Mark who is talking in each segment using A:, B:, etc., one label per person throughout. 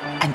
A: an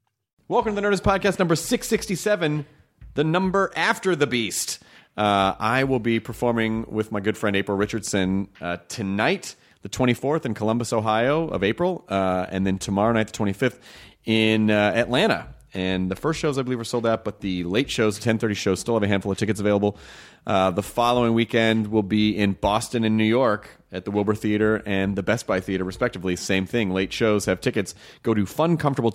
B: Welcome to the Nerdist Podcast number 667, the number after the beast. Uh, I will be performing with my good friend April Richardson uh, tonight, the 24th, in Columbus, Ohio, of April, uh, and then tomorrow night, the 25th, in uh, Atlanta. And the first shows, I believe, are sold out, but the late shows, 10.30 shows, still have a handful of tickets available. Uh, the following weekend will be in Boston and New York at the Wilbur Theater and the Best Buy Theater, respectively. Same thing. Late shows have tickets. Go to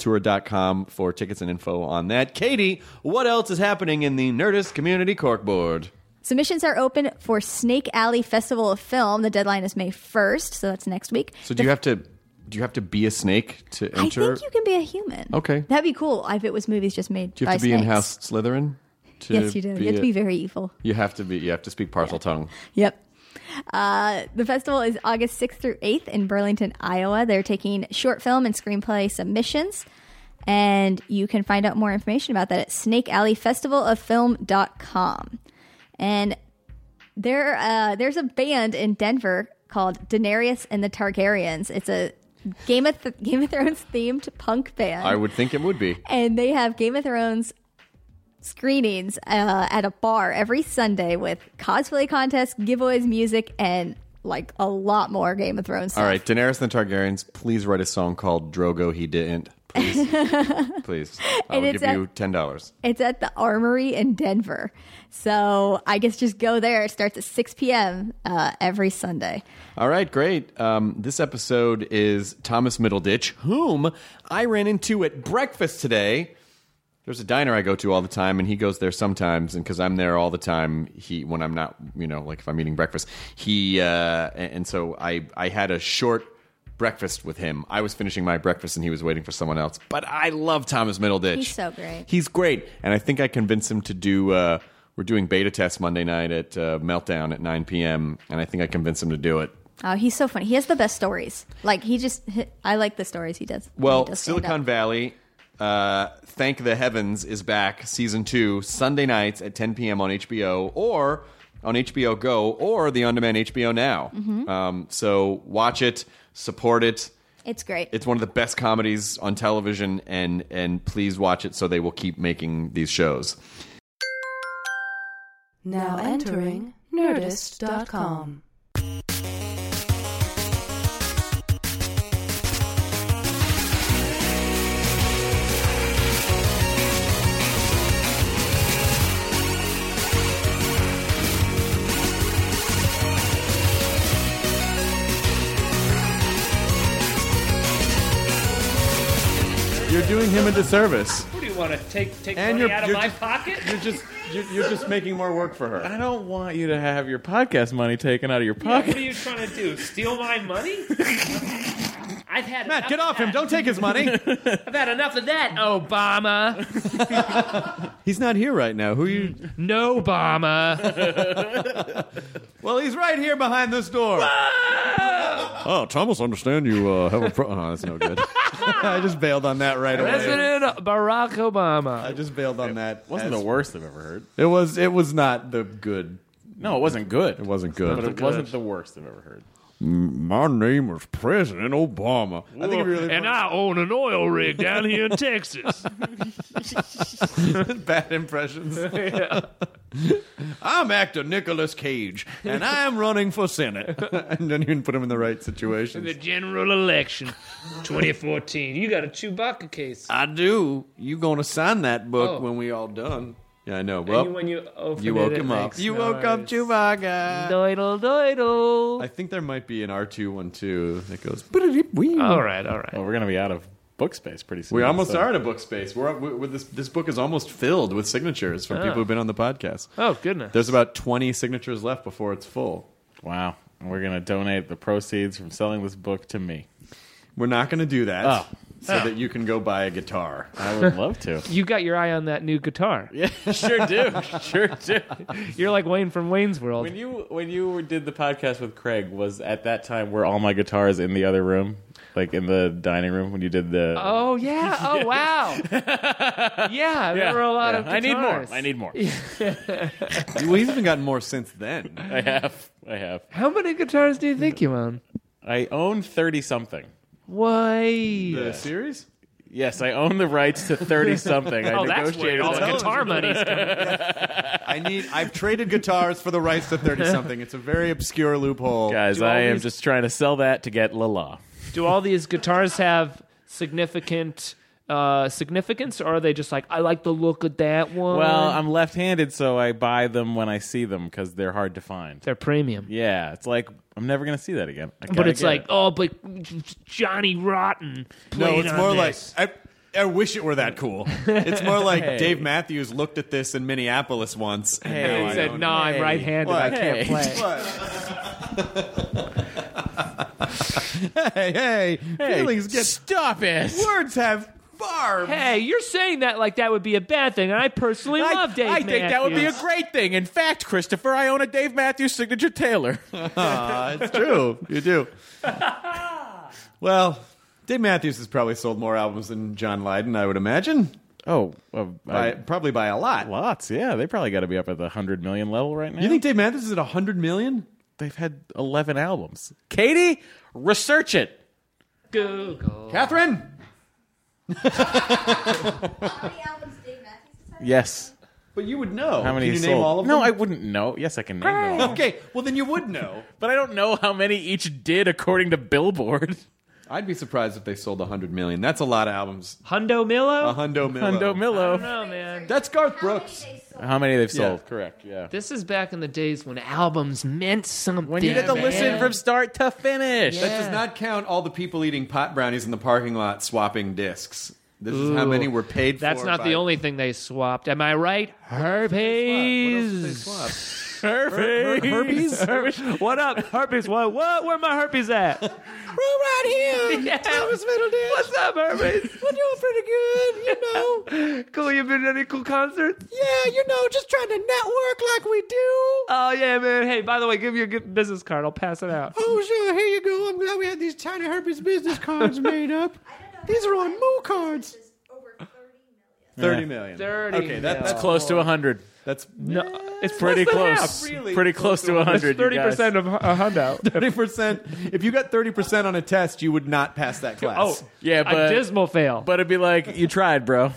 B: funcomfortabletour.com for tickets and info on that. Katie, what else is happening in the Nerdist Community Corkboard?
C: Submissions are open for Snake Alley Festival of Film. The deadline is May 1st, so that's next week.
B: So do you have to do you have to be a snake to
C: I
B: enter?
C: think you can be a human.
B: Okay.
C: That'd be cool if it was movies just made
B: do you
C: by
B: have to be
C: snakes.
B: in House Slytherin? To
C: Yes, you do. you have
B: a-
C: to be very evil.
B: You have to be. You have to speak parcel tongue.
C: Yep. Uh, the festival is August 6th through 8th in Burlington, Iowa. They're taking short film and screenplay submissions. And you can find out more information about that at snakealleyfestivalofilm.com. And there, uh, there's a band in Denver called Daenerys and the Targaryens. It's a Game of, Th- Game of Thrones themed punk band
B: I would think it would be.
C: and they have Game of Thrones screenings uh, at a bar every Sunday with cosplay contests, giveaways, music, and like a lot more Game of Thrones.
B: All
C: Stuff.
B: right, Daenerys and the Targaryens, please write a song called "Drogo He Didn't." Please, please. I
C: And
B: will
C: it's
B: give
C: a-
B: you ten dollars.
C: It's at the Armory in Denver, so I guess just go there. It starts at six p.m. Uh, every Sunday.
B: All right, great. Um, this episode is Thomas Middleditch, whom I ran into at breakfast today. There's a diner I go to all the time, and he goes there sometimes. And because I'm there all the time, he when I'm not, you know, like if I'm eating breakfast, he uh, a- and so I I had a short breakfast with him. I was finishing my breakfast, and he was waiting for someone else. But I love Thomas Middleditch.
C: He's so great.
B: He's great, and I think I convinced him to do. Uh, we're doing beta tests Monday night at uh, Meltdown at 9 p.m., and I think I convinced him to do it.
C: Oh, he's so funny. He has the best stories. Like he just, I like the stories he does. he
B: Well,
C: does stand
B: Silicon
C: up.
B: Valley, uh, Thank the Heavens is back, season two, Sunday nights at 10 p.m. on HBO or on HBO Go or the on demand HBO Now.
C: Mm-hmm.
B: Um, so watch it, support it.
C: It's great.
B: It's one of the best comedies on television, and, and please watch it so they will keep making these shows.
D: Now entering Nerdist.com.
B: You're doing him a disservice.
E: What do you want to take take
B: And
E: money
B: you're-
E: out of
B: you're
E: my
B: just-
E: pocket?
B: You're just, you're, you're just making more work for
F: I
B: her.
F: don't want you to have your podcast money taken out of your
E: Yeah, what
F: pocket.
E: are you trying to do? Steal my money? I've had enough
B: Matt, get
E: of
B: off him.
E: that.
B: Don't take his money.
E: I've had enough of that, Obama.
B: He's not here right now. Who are you
E: No, Obama.
B: Well, he's right here behind this door. oh, Thomas, understand you uh, have a pro. Oh, that's no good. I just bailed on that right away.
E: President Barack Obama.
B: I just bailed on that.
F: wasn't the worst I've ever heard.
B: It was. It was not the good.
F: No, it wasn't good.
B: It wasn't good.
F: But it wasn't the worst I've ever heard.
B: My name is President Obama. I think it'd be really
G: and I own an oil rig down here in Texas.
B: bad impressions. I'm actor Nicolas Cage, and I'm running for Senate. and then you can put him in the right
G: the
B: situation.
G: general election, 2014. You got a Chewbacca case.
B: I do. You gonna sign that book
G: Oh.
B: when we all done? Yeah, I know.
G: And
B: Well,
G: you- when you opened
B: you
G: it,
B: woke
G: it
B: him up.
G: makes
B: You woke up
G: noise.
B: Chewbacca.
G: Doidle doidle.
B: I think there might be an R two one two that goes.
G: All right, all right.
F: Well, we're gonna be out of book space pretty soon.
B: We almost
F: so-
B: are in a book space. We're, we we're this this book is almost filled with signatures from people who've been on the podcast.
G: Oh goodness.
B: There's about twenty signatures left before it's full.
F: Wow. And We're gonna donate the proceeds from selling this book to me.
B: We're not going to do that.
F: Oh.
B: So that you can go buy a guitar.
F: I would love to.
G: you got your eye on that new guitar.
F: yeah, sure do. Sure do.
G: You're like Wayne from Wayne's World.
F: When you when you did the podcast with Craig, was at that time were all my guitars in the other room, like in the dining room when you did the?
G: Oh yeah! Oh wow! yeah, there
F: Yeah,
G: were a lot
F: yeah.
G: of.
F: I need more.
G: guitars.
F: I need more.
B: We've even gotten more since then.
F: I have. I have.
G: How many guitars do you think you own?
F: I own thirty something.
G: Why?
B: The series?
F: Yes, I own the rights to thirty something. I
G: Oh, that's where
F: negotiated
G: all the
F: that.
G: guitar money's coming.
B: I need. I've traded guitars for the rights to thirty something. It's a very obscure loophole.
F: Guys,
G: Do all
F: I am
G: these-
F: just trying to sell that to get Lala.
G: Do all these guitars have significant uh, significance, or are they just like I like the look of that one?
F: Well, I'm left-handed, so I buy them when I see them because they're hard to find.
G: they're premium.
F: Yeah, it's like I'm never gonna see that again. I
G: But
F: gotta
G: it's
F: get
G: like,
F: it.
G: oh, but Johnny Rotten.
B: no,
G: played
B: it's
G: on
B: more
G: this.
B: like I. I wish it were that cool. It's more like Dave Matthews looked at this in Minneapolis once. and now
G: And
B: I
G: he said,
B: own
G: "No, I'm right-handed. I can't
F: Hey.
G: play."
B: it." hey, hey, feelings get
F: stop it.
B: words have barbs.
G: Hey, you're saying that like that would be a bad thing, and I personally
F: I,
G: love Dave
F: I think that would be a
G: Matthews.
F: great thing. In fact, Christopher, I own a Dave Matthews signature Taylor.
B: Uh, it's true. You do. well, Dave Matthews has probably sold more albums than John Lydon, I would imagine.
F: Oh, uh,
B: By,
F: I-
B: probably by a lot.
F: lots. Yeah, they probably got to be up at the hundred million level right now.
B: You think Dave Matthews is at 100 million?
F: they've had eleven albums? Katie, research it.
G: Google.
B: Catherine?
F: Yes.
B: But you would know.
F: How many
B: Can you
F: sold?
B: name all of
F: no, I
B: them?
F: wouldn't know. Yes, I can name them. all.
B: Okay, well, then you would know.
F: But I don't know how many each did according to Billboard.
B: I'd be surprised if they sold 100 million. That's a lot of albums.
G: Hundo Millo.
B: A hundo million.
F: Hundo Millo.
G: No man.
B: That's Garth Brooks.
F: How many they've sold?
B: Yeah.
F: Correct. Yeah.
G: This is back in the days when albums meant something.
F: When you get to
G: man.
F: listen from start to finish.
B: That does not count all the people eating pot brownies in the parking lot swapping discs. This is how many were paid
G: That's
B: for.
G: not the
B: by-
G: only thing they swapped. Am I right? Herpes.
F: Herpes.
G: Herpes. Herpes. what up? Herpes. What? What? Where my herpes at? Room right here. Yeah. Thomas Middleditch. What's up, herpes? We're doing pretty good. You know. cool. You been to any cool concerts? Yeah. You know, just trying to network like we do. Oh yeah, man. Hey, by the way, give me your good business card. I'll pass it out.
B: Oh, sure. Here you go. I'm glad we had these China Herpes business cards made up. These are on Moo cards. Thirty million.
G: 30
B: Okay, that, that's
F: Close to 100.
B: that's
G: No, it's
F: Pretty
G: less than half.
F: close.
B: really
F: Pretty
B: close
F: close
B: to
F: to 100.
G: Thirty percent of a handout.
B: thirty percent. If you got thirty percent on a test, you would not pass that class.
G: Oh,
F: Yeah,
G: a
F: but-
G: dismal fail.
F: But it'd be like, you tried, bro.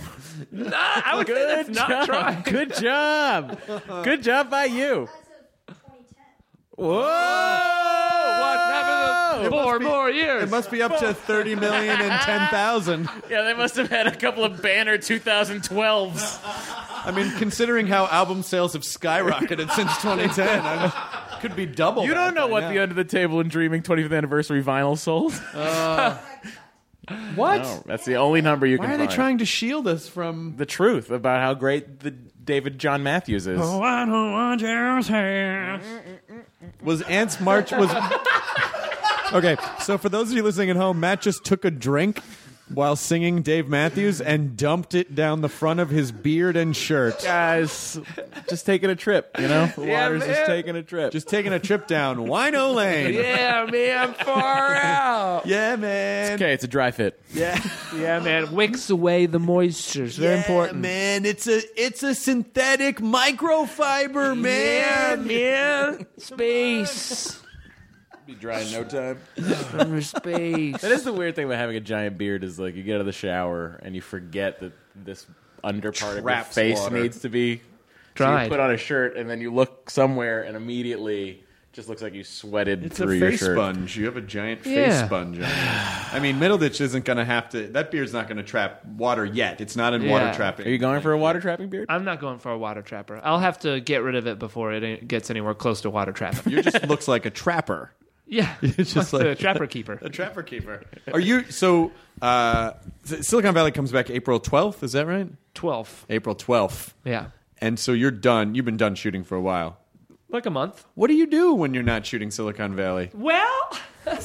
G: I would say that's
F: Good
G: not
F: job.
G: trying.
F: Good job. Good job by you. Whoa!
G: What's happening? Four more years.
B: It must be up to thirty million and ten thousand.
F: Yeah, they must have had a couple of banner 2012s.
B: I mean, considering how album sales have skyrocketed since 2010, I'm, could be double.
F: You don't
B: that
F: know
B: by
F: what
B: now.
F: the Under the Table and Dreaming 25th Anniversary vinyl sold.
B: what?
F: No, that's the only number you can
B: Oh. Why are they
F: find.
B: trying to shield us from?
F: the truth about how great the David John Matthews is.
B: Oh,
G: I don't want your hair.
B: Was Ants March was Okay, so for those of you listening at home, Matt just took a drink while singing Dave Matthews and dumped it down the front of his beard and shirt.
F: Guys, just taking a trip, you know? The
G: Yeah,
F: water's just
G: man.
F: taking a trip.
B: Just taking a trip down Wino Lane.
G: Yeah, man, far out.
B: Yeah, man.
F: okay, it's a dry fit.
B: Yeah.
G: Yeah, man, wicks away the moisture. It's very
B: Yeah,
G: important.
B: man. It's a it's a synthetic microfiber,
G: Yeah,
B: man.
G: man, space.
H: Be dry in no time.
G: From space.
F: That is the weird thing about having a giant beard is like you get out of the shower and you forget that this under part
H: Traps
F: of your face
H: water.
F: needs to be So
G: Dried.
F: you put on a shirt and then you look somewhere and immediately just looks like you sweated
B: It's a
F: through your
B: face
F: shirt.
B: sponge. You have a giant face
G: Yeah.
B: sponge on you. I mean, Middleditch isn't going to have to. That beard's not going to trap water yet. It's not in water
G: Yeah.
B: trapping. Uh,
F: Are you going for a water trapping beard?
G: I'm not going for a water trapper. I'll have to get rid of it before it gets anywhere close to water trapper.
B: You just looks like a trapper.
G: yeah,
B: It's just
G: the
B: like-
G: trapper keeper.
B: A trapper keeper. Are you so? Uh, S- Silicon Valley comes back April twelfth. Is that right?
G: Twelve.
B: April twelfth.
G: Yeah,
B: And so you're done. You've been done shooting for a while.
G: like a month.
B: What do you do when you're not shooting Silicon Valley?
G: Well.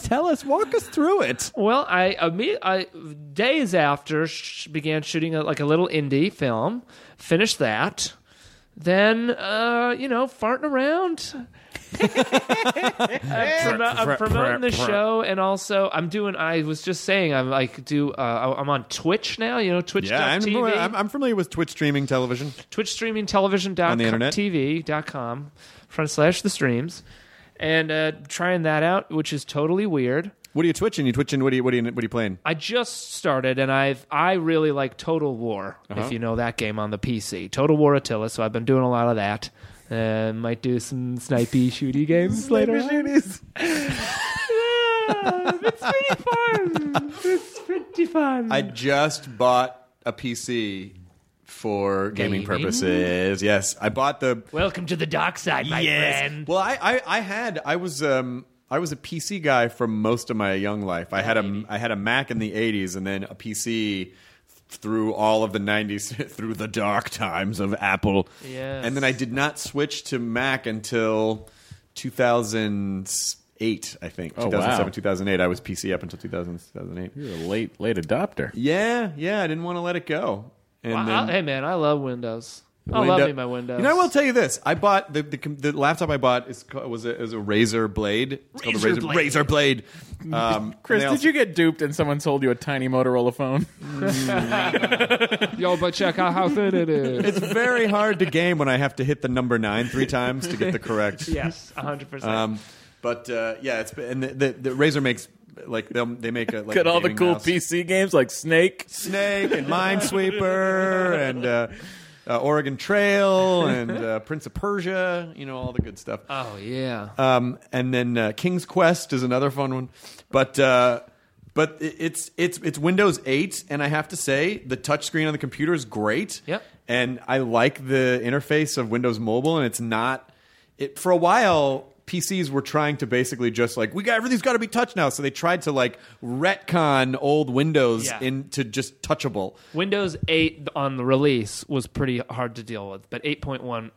B: Tell us. Walk us through it.
G: Well, I, imme- I days after sh- began shooting a, like a little indie film, finished that, then uh, you know farting around. I'm, promo- I'm promoting the show, and also I'm doing. I was just saying I'm like do. Uh, I- I'm on Twitch now. You know Twitch.
B: Yeah, I'm,
G: TV,
B: I'm, I'm familiar with Twitch streaming television.
G: Twitch streaming television
B: On the internet?
G: TV.com front slash the streams, and uh, trying that out, which is totally weird.
B: What are you twitching? You twitching? What are you? What are you? What are you playing?
G: I just started, and I've I really like Total War.
B: Uh-huh.
G: If you know that game on the PC, Total War Attila. So I've been doing a lot of that. Uh, might do some snipey shooty games later. on. Yeah, it's pretty fun. It's pretty fun.
B: I just bought a PC for gaming,
G: Gaming?
B: purposes. Yes, I bought the
G: Welcome to the dark side, my friend.
B: Well, I, I, I had I was um I was a PC guy for most of my young life. I had a I had a Mac in the '80s, and then a PC through all of the '90s, through the dark times of Apple.
G: Yes.
B: And then I did not switch to Mac until 2008, I think.
F: wow.
B: 2007, 2008. I was PC up until 2000, 2008.
F: You're a late late adopter.
B: Yeah, yeah. I didn't want to let it go. And
G: Well,
B: then,
G: I- hey, man, I love Windows. I love
B: Window-
G: me my Windows.
B: You know, I will tell you this: I bought the the, com- the laptop I bought is called, was a, is a Razor Blade. It's called a
G: Razor
B: Razor
G: Blade.
B: Razor Blade. Um,
F: Chris,
B: and they
F: did you get duped and someone sold you a tiny Motorola phone?
G: Yo, but check out how thin it is.
B: also- It's very hard to game when I have to hit the number nine three times to get the correct.
G: yes, hundred percent.
B: Um, but uh, yeah, it's and the, the, the Razor makes like they they make a like
F: Got
B: a
F: all the
B: gaming
F: cool
B: mouse.
F: PC games like Snake.
B: Snake and Minesweeper and. Uh, uh, Oregon Trail and uh, Prince of Persia, you know all the good stuff.
G: Oh yeah.
B: Um, and then uh, King's Quest is another fun one, but uh, but i- it's it's it's Windows 8, and I have to say the touchscreen on the computer is great.
G: Yep.
B: And I like the interface of Windows Mobile, and it's not. It for a while. PCs were trying to basically just like we got everything's got to be touch now, so they tried to like retcon old Windows
G: Yeah.
B: into just touchable.
G: Windows 8 on the release was pretty hard to deal with, but 8.1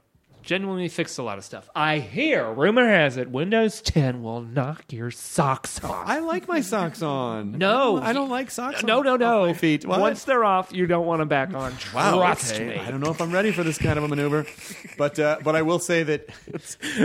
G: genuinely fixed a lot of stuff. I hear, rumor has it, Windows 10 will knock your socks off.
B: I like my socks on.
G: No,
B: I don't like socks.
G: No,
B: on-
G: no,
B: on
G: no.
B: my feet. What?
G: Once they're off, you don't want them back on.
B: Wow.
G: Trust
B: okay.
G: me.
B: I don't know if I'm ready for this kind of a maneuver, but uh, but I will say that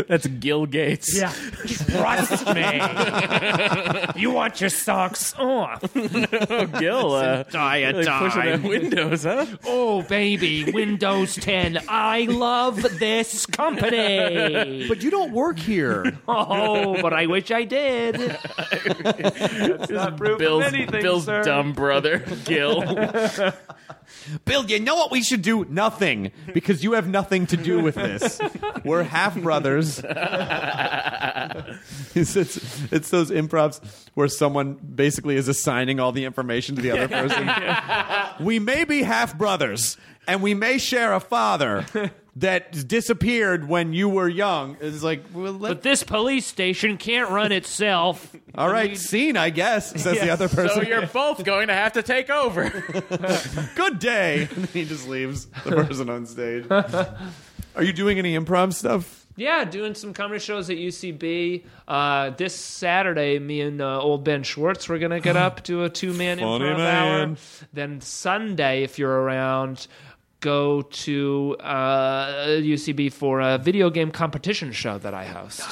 F: That's Gil Gates.
G: Yeah, trust me. you want your socks off?
F: Gil uh,
G: Diet
F: really pushing
G: time.
F: that Windows, huh?
G: Oh, baby, Windows 10. I love this company.
B: but you don't work here.
G: Oh, but I wish I did. That's not proof of
F: Bill's,
G: anything,
F: Bill's
G: sir.
F: dumb brother, Gil.
B: Bill, you know what we should do? Nothing, because you have nothing to do with this. We're half brothers. it's, it's, it's those improvs where someone basically is assigning all the information to the other person. we may be half brothers, and we may share a father that disappeared when you were young. It's like, well, let,
G: But this police station can't run itself.
B: all right, scene, I guess, says the other person.
F: so you're both going to have to take over.
B: good day. And he just leaves the person on stage. Are you doing any improv stuff?
G: Yeah, doing some comedy shows at UCB. Uh, this Saturday, me and uh, old Ben Schwartz, we're gonna get up do a two man
B: Funny
G: improv hour.
B: man.
G: Then Sunday, if you're around, go to uh, UCB for a video game competition show that I host.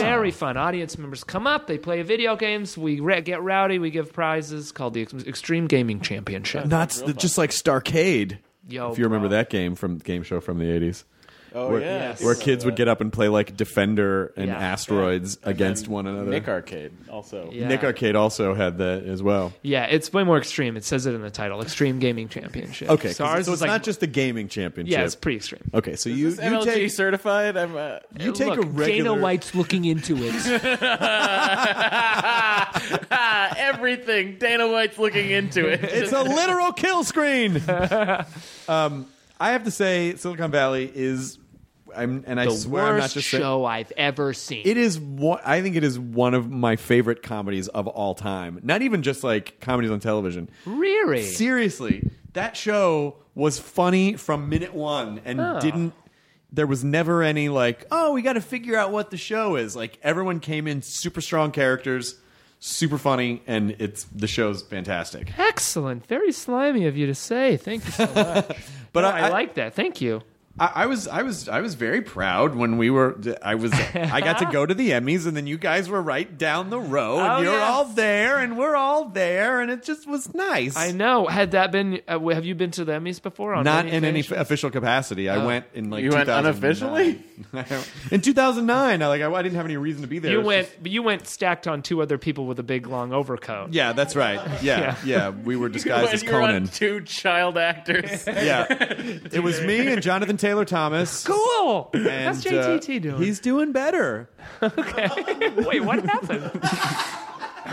G: Very fun. Audience members come up, they play video games, we re- get rowdy, we give prizes called the Ex- Extreme Gaming Championship.
B: Not just like Starcade.
G: Yo,
B: if you remember
G: bro.
B: that game from game show from the eighties.
F: Oh,
B: where,
F: yes.
B: where kids would get up and play like Defender and
G: Yeah.
B: Asteroids against one another.
F: Nick Arcade also.
G: Yeah.
B: Nick Arcade also had that as well.
G: Yeah, it's way more extreme. It says it in the title, Extreme Gaming Championship.
B: Okay, 'cause-
G: so ours
B: so
G: was
B: it's
G: like
B: not just the gaming championship.
G: yeah, it's pretty extreme.
B: okay, so you
F: Is
B: you
F: MLG
B: take
F: certified? I'm, uh,
B: you take
G: Look,
B: a regular
G: Dana White's looking into it.
F: everything. Dana White's looking into it.
B: It's a literal kill screen. um, I have to say, Silicon Valley is, I'm, and I
G: the
B: swear I'm not
G: worst
B: just saying.
G: show I've ever seen.
B: It is one. I think it is one of my favorite comedies of all time. Not even just like comedies on television.
G: really?
B: Seriously, that show was funny from minute one and didn't. There was never any like, oh, we got to figure out what the show is. Like everyone came in super strong characters, super funny, and it's the show's fantastic.
G: Excellent. Very slimy of you to say. Thank you so much.
B: But
G: No,
B: I,
G: Oh, I
B: I-
G: like that. Thank you.
B: I, I was I was I was very proud when we were I was I got to go to the Emmys and then you guys were right down the row and
G: Oh,
B: you're
G: yes.
B: all there and we're all there and it just was nice.
G: I know. Had that been, uh, have you been to the Emmys before? On
B: Not in any
G: occasion?
B: official capacity.
G: Oh.
B: I went in like
F: You went
B: 2009. in 2009. I like I, I didn't have any reason to be there.
G: You
B: It's
G: went,
B: just-
G: you went stacked on two other people with a big long overcoat.
B: yeah, that's right. Yeah, yeah. We were disguised as Conan.
F: two child actors.
B: yeah, it was me and Jonathan Taylor Thomas.
G: Cool.
B: And,
G: That's JTT
B: uh,
G: doing.
B: He's doing better.
G: Wait, what happened?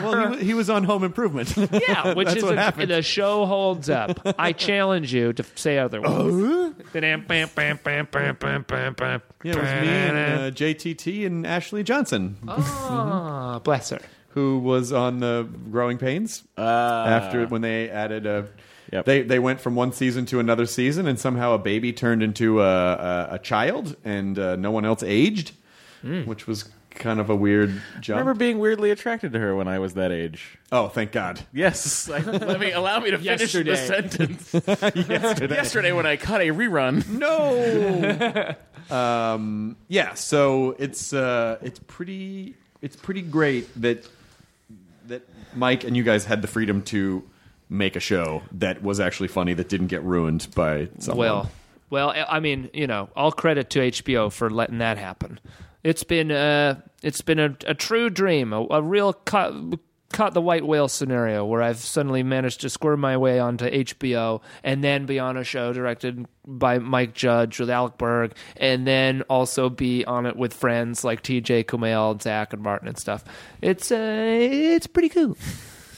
B: Well, he, wa- he was on Home Improvement.
G: Yeah, which
B: That's
G: is
B: what
G: a-
B: happened.
G: the show holds up. I challenge you to say
B: Oh.
G: otherwise. Ba-dam, bam, bam, bam, bam, bam, bam, bam.
B: Yeah, it was me and uh, JTT and Ashley Johnson,
G: Oh. Ah, bless her.
B: who was on the Growing Pains after when they added a.
F: Ah. Yep.
B: They they went from one season to another season, and somehow a baby turned into a a, a child, and uh, no one else aged, which was kind of a weird
F: I
B: jump.
F: remember being weirdly attracted to her when I was that age.
B: oh, thank God!
F: Yes. I, let me allow me to finish
G: Yesterday.
F: the sentence. Yesterday. when I caught a rerun.
B: No. um. Yeah. So it's uh it's pretty it's pretty great that that Mike and you guys had the freedom to make a show that was actually funny that didn't get ruined by someone.
G: Well, well, I- I mean, you know, all credit to HBO for letting that happen. It's been uh, it's been a, a true dream, a, a real caught, caught the white whale scenario where I've suddenly managed to squirm my way onto HBO and then be on a show directed by Mike Judge with Alec Berg, and then also be on it with friends like TJ Kumail and Zach and Martin and stuff. It's uh, it's pretty cool.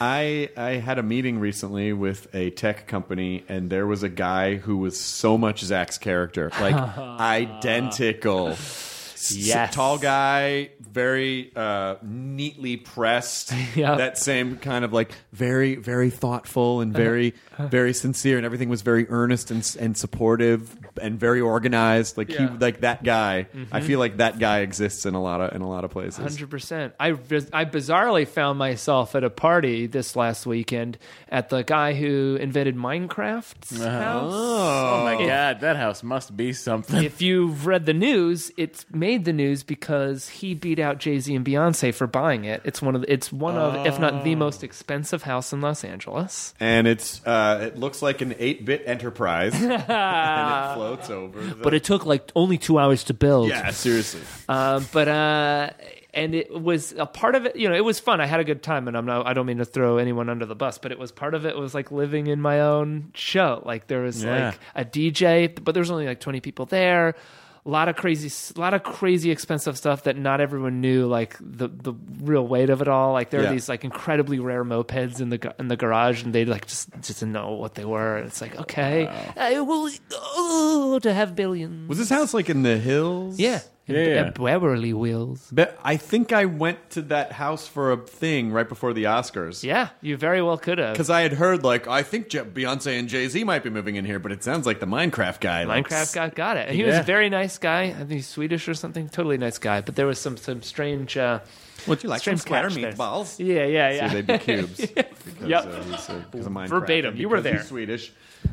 B: I I had a meeting recently with a tech company, and there was a guy who was so much Zach's character, like identical. S-
G: Yes.
B: tall guy, very uh, neatly pressed.
G: Yeah.
B: That same kind of like very, very thoughtful
G: Uh-huh.
B: and very, very sincere, and everything was very earnest and s- and supportive and very organized. Like
G: Yeah. Mm-hmm.
B: he, like that guy. I feel like that guy exists in a lot of in a lot of places.
G: Hundred percent. I biz- I bizarrely found myself at a party this last weekend at the guy who invented Minecraft's house.
F: Oh my god, that house must be something.
G: If you've read the news, it's made the news because he beat out Jay Z and Beyonce for buying it. It's one of the, it's one of if not the most expensive house in Los Angeles.
B: and it's uh, it looks like an 8-bit enterprise and it floats over the-
G: But it took like only two hours to build.
B: yeah seriously
G: Um, but uh, and it was a part of it. You know, it was fun. I had a good time, and I'm not. I don't mean to throw anyone under the bus, but it was part of it. Was like living in my own show. Like there was
F: Yeah.
G: like a DJ, but there was only like 20 people there. A lot of crazy, a lot of crazy expensive stuff that not everyone knew. Like the the real weight of it all. Like there are
B: Yeah.
G: these like incredibly rare mopeds in the gar- in the garage, and they like just just didn't know what they were. And it's like okay, I will oh, to have billions.
B: was this house like in the hills
G: Yeah.
F: Yeah, yeah.
G: Beverly Wills.
B: but i think i went to that house for a thing right before the oscars
G: Yeah, you very well could have.
B: because i had heard like i think Je- beyonce and jay-z might be moving in here but it sounds like the minecraft guy like,
G: Minecraft guy got it. And he was
F: Yeah.
G: a very nice guy. I think he's Swedish or something. Totally nice guy. But there was some some strange. Uh,
B: would you like some
G: strange
B: square
G: catch there.
B: meatballs
G: Yeah, yeah,
B: so
G: yeah.
B: they'd be cubes because,
G: Yep.
B: uh, he's, uh, 'cause of Minecraft
G: Verbatim.
B: and
G: You were
B: because he's
G: there.
B: swedish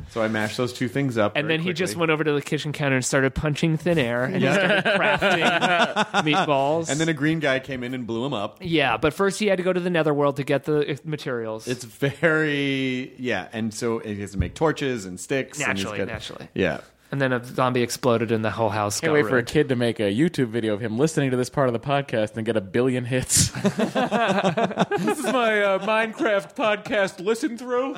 B: so i mashed those two things up
G: and
B: very
G: then he just
B: quickly.
G: went over to the kitchen counter and started punching thin air and he started crafting meatballs.
B: and then a green guy came in and blew him up
G: yeah, but first he had to go to the netherworld to get the uh, materials.
B: It's very yeah, and so he has to make torches and sticks. and he's
G: Naturally, naturally.
B: Yeah,
G: and then a zombie exploded and the whole house
F: Can't
G: got
F: wait for a
G: ruined.
F: kid to make a YouTube video of him listening to this part of the podcast and get a billion hits. this is my uh, Minecraft podcast listen through.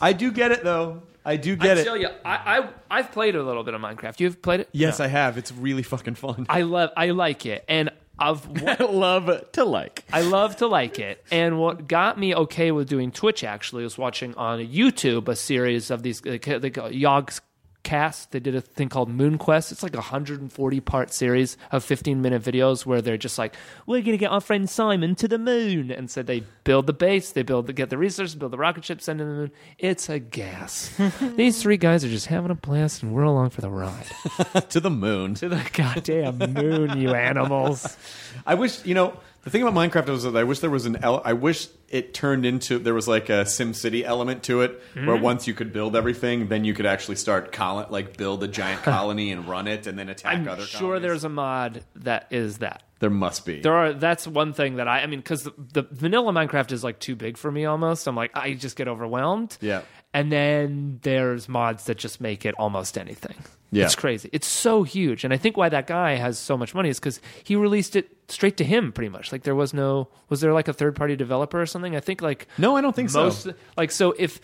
B: I do get it though. I do get
G: I
B: it.
G: tell you, I, I I've played a little bit of Minecraft. You've played it?
B: Yes, I have. It's really fucking fun.
G: I love I like it, and of what
F: Love to like.
G: I love to like it. And what got me okay with doing Twitch actually was watching on YouTube a series of these they ca- they call Yogg's Cast. They did a thing called Moon Quest. It's like a 140 part series of 15 minute videos where they're just like, we're going to get our friend Simon to the moon. And so they build the base, they build the, get the resources, build the rocket ship, send it to the moon. It's a gas. These three guys are just having a blast and we're along for the ride.
B: to the moon.
G: to the goddamn moon, you animals.
B: I wish you know the thing about Minecraft was that I wish there was an ele- I wish it turned into there was like a Sim City element to it where
G: Mm.
B: once you could build everything, then you could actually start colon like build a giant colony and run it and then attack
G: I'm
B: other.
G: sure
B: colonies.
G: there's a mod that is that.
B: there must be.
G: There are. That's one thing that I. I mean, because the, the vanilla Minecraft is like too big for me almost. I'm like, I just get overwhelmed.
B: Yeah.
G: And then there's mods that just make it almost anything.
B: Yeah.
G: It's crazy. It's so huge, and I think why that guy has so much money is because he released it straight to him, pretty much. Like there was no. Was there like a third party developer or something? I think like
B: no, I don't think
G: most
B: so.
G: like so if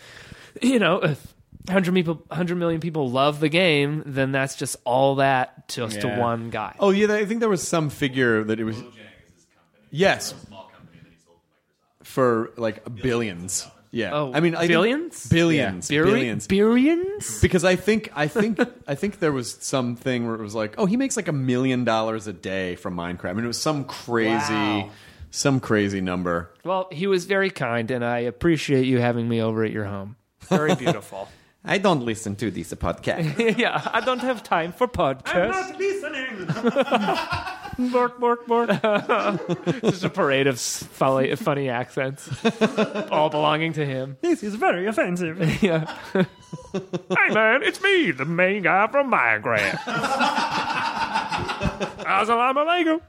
G: you know if 100 people 100 million people love the game then that's just all that just to
F: Yeah.
G: one guy
B: Oh yeah, I think there was some figure that it was. Yes. For like billions. Yeah.
G: Oh,
B: I mean, I think-
G: billions?
B: billions,
G: Biri-
B: billions,
G: Birians?
B: because I think I think I think there was something where it was like, oh, he makes like a million dollars a day from Minecraft. I mean, it was some crazy, some crazy number.
G: well he was very kind and i appreciate you having me over at your home very beautiful
B: I don't listen to these podcasts.
G: yeah i don't have time for
E: I'm
G: podcasts
E: not listening.
G: bork bork bork just a parade of s- funny, funny accents all belonging to him
H: This is very offensive.
G: yeah
H: hey man, it's me, the main guy from Minecraft. Assalamu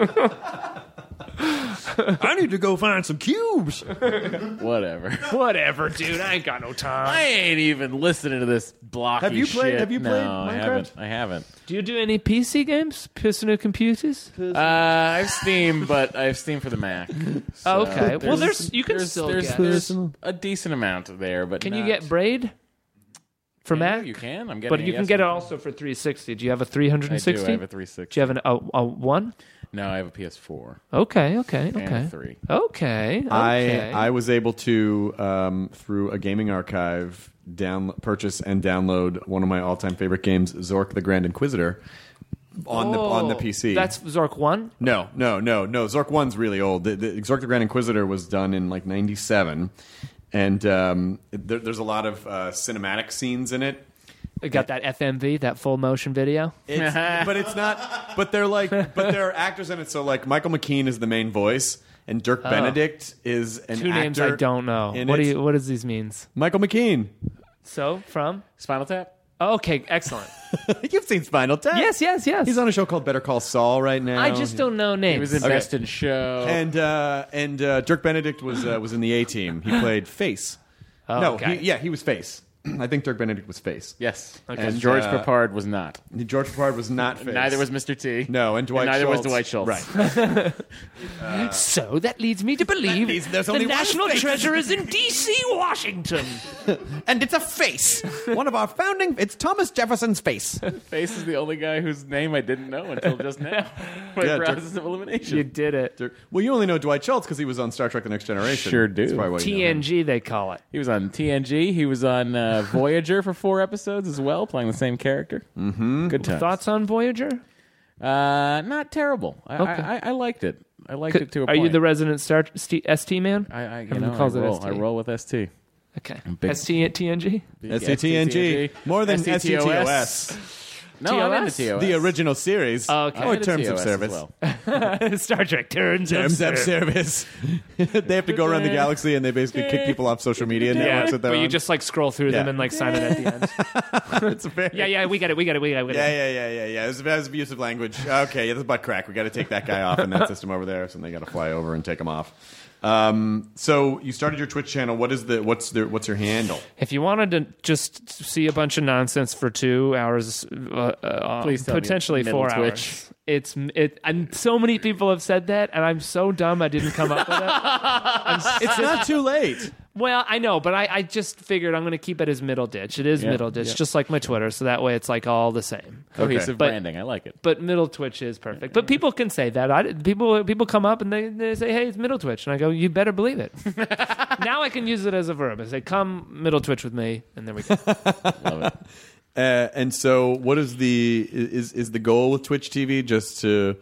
H: alaikum.
B: I need to go find some cubes.
F: Whatever.
G: whatever dude i ain't got no time
F: I ain't even listening to this blocky
B: Have you played-
F: shit.
B: have you
F: No,
B: played
F: I
B: Minecraft?
F: haven't. I haven't.
G: do you do any pc games personal computers
F: Uh, I've Steam, but I've Steam for the Mac. So
G: okay. Well, there's- you can still
F: there's,
G: get-
F: there's a decent amount there, but
G: Can
F: not-
G: you get braid for
F: Yeah,
G: Mac?
F: You can. I'm getting.
G: But
F: a
G: you can
F: yes
G: get it
F: on-
G: also for 360. Do you have a
F: I
G: 360?
F: do. I have a 360.
G: Do you have an, a, a one?
F: No, I have a PS4
G: Okay, okay, okay.
F: and a three.
G: Okay, okay.
B: I I was able to um, through a gaming archive down purchase and download one of my all time favorite games, Zork the Grand Inquisitor, on the on the
G: Oh,
B: PC.
G: That's Zork 1?
B: No, no, no, no. Zork One's really old. The, the Zork the Grand Inquisitor was done in like '97, and um, there, there's a lot of uh, cinematic scenes in it.
G: I got that FMV, that full motion video.
B: It's, but it's not. But they're like. But there are actors in it. So like Michael McKean is the main voice, and Dirk Benedict is an
G: Oh. Two names I
B: actor
G: don't know.
B: in
G: What do
B: it.
G: you what does these means?
B: Michael McKean.
G: So, from? Oh,
F: Spinal Tap.
G: Okay, excellent.
B: You've seen Spinal Tap.
G: yes, yes, yes.
B: He's on a show called Better Call Saul right now.
G: I just don't know names.
F: He was in Best in Show.
B: And uh, and uh, Dirk Benedict was uh, was in the A team. He played Face.
G: Oh,
B: no,
G: okay.
B: he, yeah, he was Face. I think Dirk Benedict was Face.
F: yes.
B: And,
F: And George
B: uh,
F: Papard was not.
B: George Papard was not Face.
F: Neither was Mr. T.
B: No, and Dwight.
F: neither was
B: Schultz.
F: Dwight Schultz.
B: Right.
G: so that leads me to believe
B: leads- there's
G: the
B: only one
G: National
B: space.
G: Treasure is in D.C., Washington.
B: and it's a face. One of our founding. It's Thomas Jefferson's face.
F: Face is the only guy whose name I didn't know until just now. My
B: Yeah, Dirk-
F: process of elimination.
G: you did it.
B: well, you only know Dwight Schultz because he was on Star Trek: The Next Generation.
F: Sure do.
B: That's probably why you know him.
G: TNG, they call it.
F: He was on TNG. He was on uh, Voyager for four episodes as well, playing the same character.
G: Hmm.
F: Mm-hmm. Good time.
G: Thoughts on Voyager?
F: Uh, not terrible. I,
G: Okay.
F: I, I, I liked it. I liked it to a
G: Are
F: point.
G: you the resident star, st, ST man?
F: I, I, you
G: Everyone
F: know, I
G: calls it
F: roll. I
G: ST.
F: roll with ST.
G: Okay.
F: big-
G: ST at TNG?
B: STTNG. More than
F: STTOS.
B: STTOS.
F: No, I'm into
G: TOS?
F: TOS.
B: The original series.
G: Okay.
F: I'm
B: Or
F: into
B: terms
F: TOS
B: of
F: as
B: service.
F: well.
G: Star Trek turns
B: Terms of service. they have to go around the galaxy and they basically kick people off social media networks that they're
G: but you
B: on.
G: just like scroll through them
B: Yeah.
G: and like sign it at the end.
B: it's very
G: Yeah, yeah, we got it, we got it, we got it. We got
B: Yeah,
G: it.
B: yeah, yeah, yeah, yeah. It was, that was abusive language. Okay, yeah, that's butt crack. We got to take that guy off in that system over there, so they got to fly over and take him off. Um, so you started your Twitch channel. What is the what's the what's your handle?
G: If you wanted to just see a bunch of nonsense for two hours, uh, uh,
F: Please tell me it's
G: potentially
F: middle
G: four
F: Twitch.
G: hours, it's it. And so many people have said that, and I'm so dumb I didn't come up with it.
B: It's not too late.
G: Well, I know, but I, I just figured I'm going to keep it as middle ditch. It is
F: Yeah,
G: middle ditch,
F: yeah.
G: just like my Twitter, so that way it's like all the same.
F: Cohesive
G: But-
F: branding. I like it.
G: But middle twitch is perfect. But people can say that. I, people people come up and they, they say, "Hey, it's middle twitch," and I go, "You better believe it." now I can use it as a verb. I say, "Come middle twitch with me," and there we go.
B: Uh, and so, what is the is is the goal with Twitch TV just to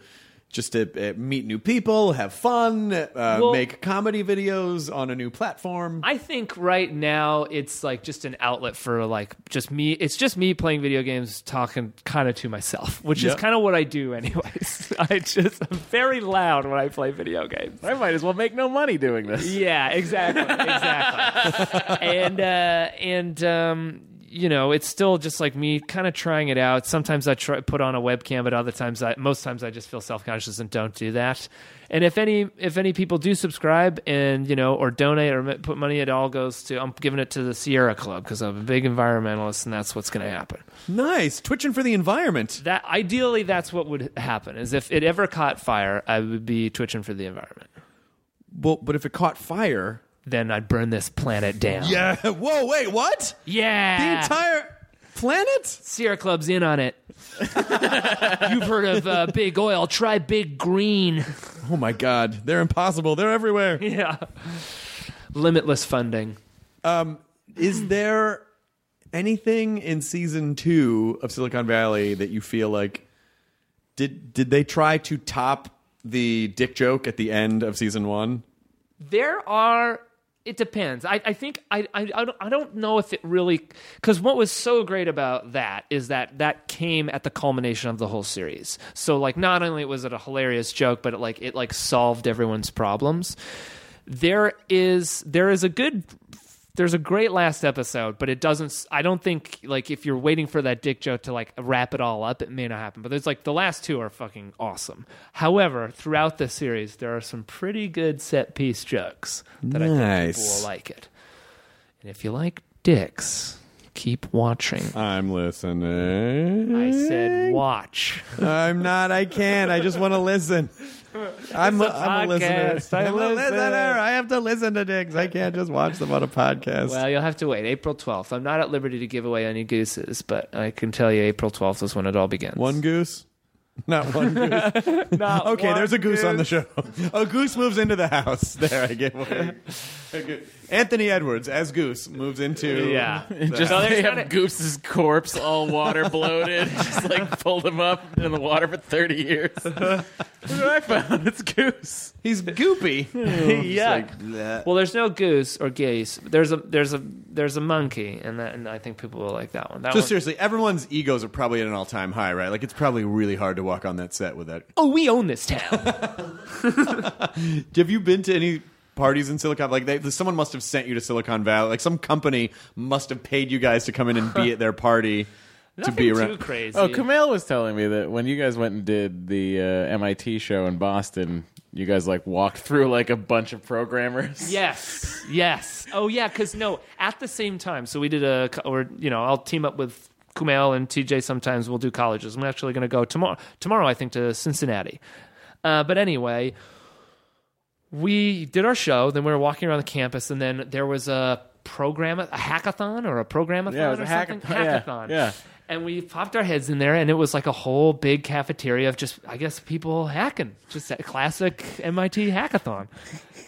B: just to uh, meet new people, have fun, uh, make comedy videos on a new platform?
G: I think right now it's like just an outlet for like just me. It's just me playing video games, talking kind of to myself, which
B: Yeah.
G: is kind of what I do, anyways. I just I'm very loud when I play video games.
F: I might as well make no money doing this.
G: Yeah, exactly, exactly. and uh, and um, you know, it's still just like me, kind of trying it out. Sometimes I try put on a webcam, but other times, I most times I just feel self conscious and don't do that. And if any if any people do subscribe and you know or donate or m- put money, it all goes to I'm giving it to the Sierra Club because I'm a big environmentalist, and that's what's going to happen.
B: Nice twitching for the environment.
G: That ideally, that's what would happen. Is if it ever caught fire, I would be twitching for the environment.
B: Well, but if it caught fire,
G: Then I'd burn this planet down.
B: yeah. Whoa, wait, what?
G: Yeah.
B: The entire planet?
G: Sierra Club's in on it. You've heard of uh, Big Oil. Try Big Green.
B: Oh my God, they're impossible. They're everywhere.
G: Yeah. Limitless funding.
B: Um, is there anything in season two of Silicon Valley that you feel like did did they try to top the dick joke at the end of season one?
G: There are. It depends. I, I think I, I I don't- I don't know if it really because what was so great about that is that that came at the culmination of the whole series. So like not only was it a hilarious joke, but it like it like solved everyone's problems. There is there is a good there's a great last episode, but it doesn't. I don't think like if you're waiting for that dick joke to like wrap it all up, it may not happen. But there's like the last two are fucking awesome. However, throughout the series, there are some pretty good set piece jokes that I think people
B: Nice.
G: will like it. And if you like dicks, keep watching.
B: I'm listening.
G: I said watch.
B: I'm not. I can't. I just want to listen. I'm a, I'm a listener.
G: podcast. I
B: I'm a
G: listen.
B: listener. I have to listen to dicks. I can't just watch them on a podcast.
G: Well, you'll have to wait. April 12th. I'm not at liberty to give away any gooses, but I can tell you April 12th is when it all begins.
B: one goose. Not one goose. Okay, there's a goose, on the show. a goose moves into the house. There, I get one. Anthony Edwards as Goose moves into.
G: Yeah.
F: Just they have Goose's corpse all water bloated. just like pulled him up in the water for thirty years. Look what I found. It's Goose.
B: he's goopy.
G: yeah. Well, there's no goose or geese. There's a there's a there's a monkey, and that, and I think people will like that one. That
B: Just
G: one,
B: seriously, everyone's egos are probably at an all-time high, right? Like it's probably really hard to walk on that set with that.
G: oh, we own this town.
B: Have you been to any parties in Silicon? Like, they, someone must have sent you to Silicon Valley. Like some company must have paid you guys to come in and be at their party. to be
G: Nothing
B: around.
G: too crazy.
F: Oh, Camille was telling me that when you guys went and did the uh, MIT show in Boston, you guys like walked through like a bunch of programmers.
G: Yes, yes. Oh yeah, because no, at the same time. So we did a, co- or you know, I'll team up with Kumail and TJ. Sometimes we'll do colleges. I'm actually going to go tomorrow. Tomorrow, I think to Cincinnati. Uh, but anyway, we did our show. Then we were walking around the campus, and then there was a program, a hackathon or a programathon
F: Yeah, it was
G: or
F: a
G: something.
F: hackathon, yeah,
G: Hackathon.
F: yeah.
G: And we popped our heads in there, and it was like a whole big cafeteria of just, I guess, people hacking, just that classic MIT hackathon.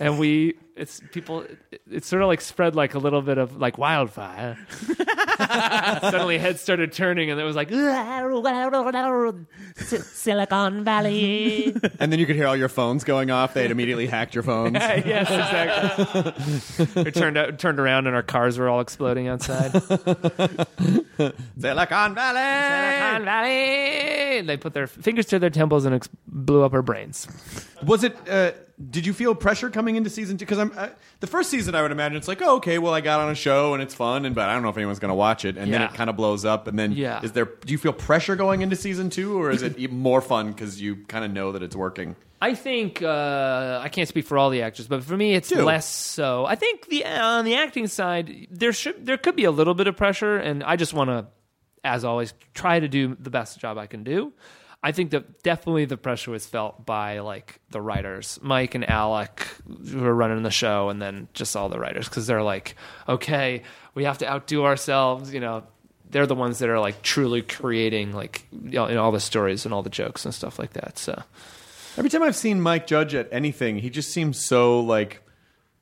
G: And we, it's people, it- it sort of like spread like a little bit of like wildfire. Suddenly, heads started turning, and it was like Silicon Valley.
B: And then you could hear all your phones going off. They had immediately hacked your phones.
G: yes, exactly. it turned out, turned around, and our cars were all exploding outside.
B: Silicon Valley.
G: Silicon Valley. They put their fingers to their temples and ex- blew up her brains.
B: Was it? Uh, did you feel pressure coming into season two? Because I'm uh, the first season. I would imagine it's like, oh, okay, well, I got on a show and it's fun, and but I don't know if anyone's going to watch it, and then
G: Yeah.
B: it kind of blows up, and then
G: Yeah.
B: is there? Do you feel pressure going into season two, or is it even more fun because you kind of know that it's working?
G: I think uh, I can't speak for all the actors, but for me, it's
B: Do.
G: less so. I think the uh, on the acting side, there should there could be a little bit of pressure, and I just want to, as always, try to do the best job I can do. I think that definitely the pressure was felt by like the writers, Mike and Alec, who are running the show, and then just all the writers because they're like, okay, we have to outdo ourselves, you know. They're the ones that are like truly creating like you know, in all the stories and all the jokes and stuff like that. So
B: Every time I've seen Mike Judge at anything, he just seems so like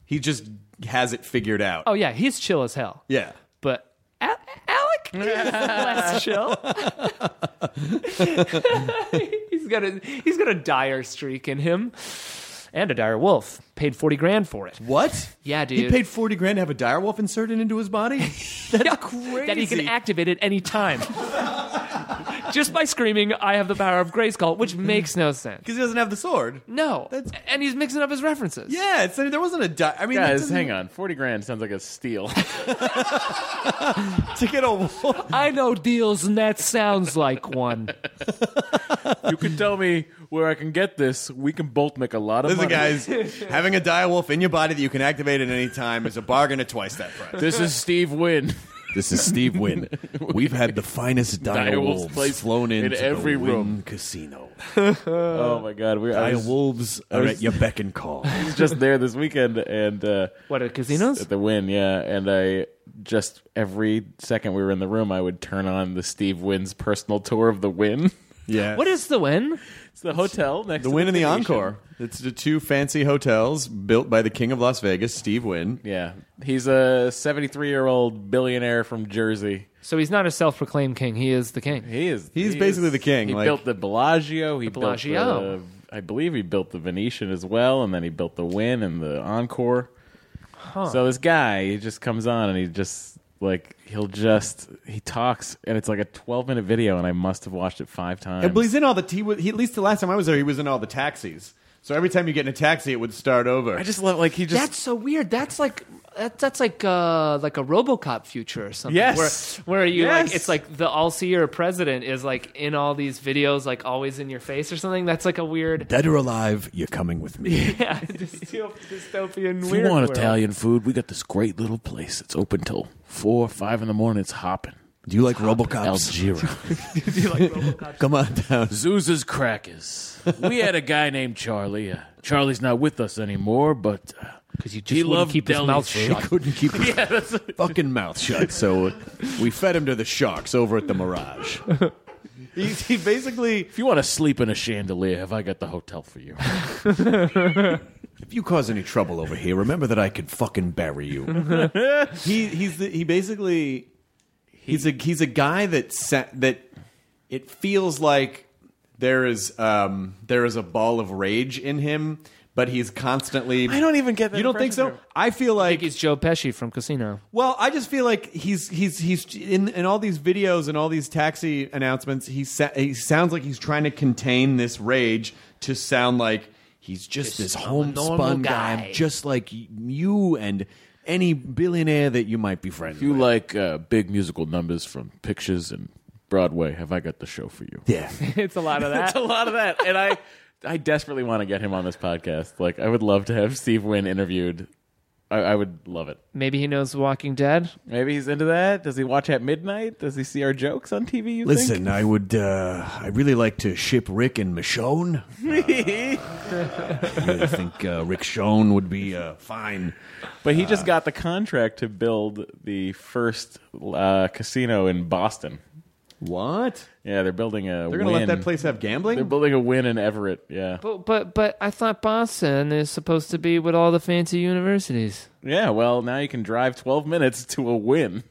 B: he just has it figured out.
G: Oh yeah, he's chill as hell.
B: Yeah.
G: But Al- Alec is less chill. he's got a he's got a dire streak in him, and a dire wolf. Paid forty grand for it.
B: What?
G: Yeah,
B: He
G: dude.
B: paid forty grand to have a direwolf inserted into his body. That's crazy.
G: That he can activate at any time. Just by screaming, "I have the power of Grayskull," which makes no sense.
B: because he doesn't have the sword.
G: No,
B: Mm-hmm. That's-
G: and he's mixing up his references.
B: Yeah, it's, there wasn't a. Di- I mean, that
F: Guys,
B: doesn't-
F: hang on. Forty grand sounds like a steal.
B: to get a wolf.
G: I know deals, and that sounds like one.
F: you can tell me where I can get this. We can both make a lot of
B: Listen,
F: money.
B: guys, having a direwolf in your body that you can activate at any time is a bargain at twice that price.
F: This is Steve Wynn.
B: This is Steve Wynn. We've had the finest
F: Direwolves direwolves placed flown in into the every Wynn room.
B: casino.
F: oh my God, we I was
B: wolves are
F: at your
B: beck and call.
F: just there this weekend and uh,
G: What at casinos?
F: at the Wynn, yeah. And I just every second we were in the room, I would turn on the Steve Wynn's personal tour of the Wynn.
B: Yeah.
G: What is the win?
F: It's the hotel next.
B: the
F: to
B: Wynn and the
F: Venetian.
B: Encore? It's the two fancy hotels built by the king of Las Vegas, Steve Wynn.
F: Yeah, he's a 73 year old billionaire from Jersey.
G: So he's not a self-proclaimed king. He is the king.
F: He is.
B: He's
F: he
B: basically
F: is-
B: the king,
F: He
B: like-
F: built the Bellagio. He
G: Bellagio.
F: built the. I believe he built the Venetian as well, and then he built the Win and the Encore. So this guy, he just comes on and he just like he'll just he talks and it's like a twelve minute video, and I must have watched it five times.
B: But he's in all the he, was- he, at least the last time I was there, he was in all the taxis. So every time you get in a taxi, it would start over.
F: I just love like he just
G: That's so weird. That's like that's that's like uh like a RoboCop future or something.
F: Yes.
G: where, where you
F: Yes.
G: like it's like the all-seer president is like in all these videos, like always in your face or something. That's like a weird,
B: Dead or alive, you're coming with me.
G: yeah, dystop- dystopian.
F: If
G: weird
F: you want
G: world.
F: Italian food, we got this great little place. It's open till four, five in the morning. It's hopping.
B: Do you like
F: Algira.
B: Come on down.
F: Zuza's Crackers. We had a guy named Charlie. Uh, Charlie's not with us anymore, but uh,
G: because you just
F: he
G: wouldn't
F: loved
G: keep his
F: deli
G: mouth
F: food.
G: shut.
B: Couldn't keep his fucking mouth shut, so we fed him to the sharks over at the Mirage. He's, he basically,
F: If you want to sleep in a chandelier, have I got the hotel for you?
B: if you cause any trouble over here, remember that I could fucking bury you. he he's the, he basically he's a he's a guy that sa- that it feels like there is um there is a ball of rage in him, but he's constantly.
F: I don't even get that
B: You don't think so?
F: impression
B: I feel like
G: He's Joe Pesci from Casino.
B: Well, I just feel like he's he's he's in in all these videos and all these taxi announcements. He sa- he sounds like he's trying to contain this rage to sound like he's just this homespun guy. I'm just like y- you and any billionaire that you might be friends
F: If you
B: with.
F: like uh, big musical numbers from pictures and Broadway, have I got the show for you?
B: yeah,
G: It's a lot of
F: That's a
G: that.
F: lot of that, and I, I desperately want to get him on this podcast. Like, I would love to have Steve Wynn interviewed. I, I would love it.
G: Maybe he knows Walking Dead.
F: Maybe he's into that. Does he watch at midnight? Does he see our jokes on TV? You
B: listen, I would uh, I really like to ship Rick and Michonne.
F: think?
B: I really think uh, Rick Shone would be uh, fine.
F: But he
B: uh,
F: just got the contract to build the first uh, casino in Boston.
B: What?
F: Yeah, they're building a.
B: They're gonna let that place have
F: They're
B: gambling?
F: building a win in Everett. Yeah,
G: But but but I thought Boston is supposed to be with all the fancy universities.
B: Uh-huh.
F: yeah. Well, now you can drive 12 minutes to a win.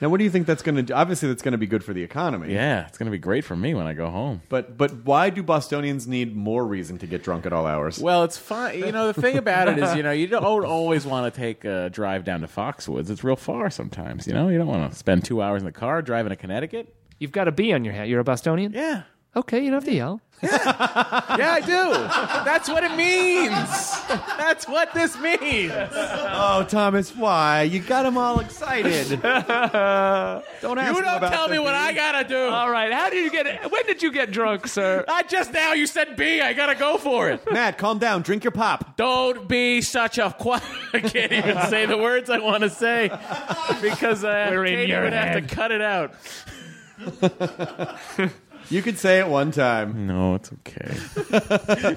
B: Now, what do you think that's going to do? Obviously, that's going to be good for the economy.
F: Yeah, it's going to be great for me when I go home.
B: But but why do Bostonians need more reason to get drunk at all hours?
F: Well, it's fine. You know, the thing about it is, you know, you don't always want to take a drive down to Foxwoods. It's real far sometimes. You know, you don't want to spend two hours in the car driving to Connecticut.
G: You've got a bee on your hat. You're a Bostonian?
F: Yeah.
G: Okay, you don't have to yell.
F: Yeah, I do. That's what it means. That's what this means.
B: Oh, Thomas, why you got them all excited? don't ask
F: You don't tell me what I gotta do.
G: All right, how did you get it? When did you get drunk, sir?
F: I just now you said B. I gotta go for it.
B: Matt, calm down. Drink your pop.
F: Don't be such a. Qu- I can't even say the words I want to say because uh,
G: We're in
F: Katie
G: your
F: would have
G: head.
F: to cut it out.
B: You could say it one time.
F: No, it's okay.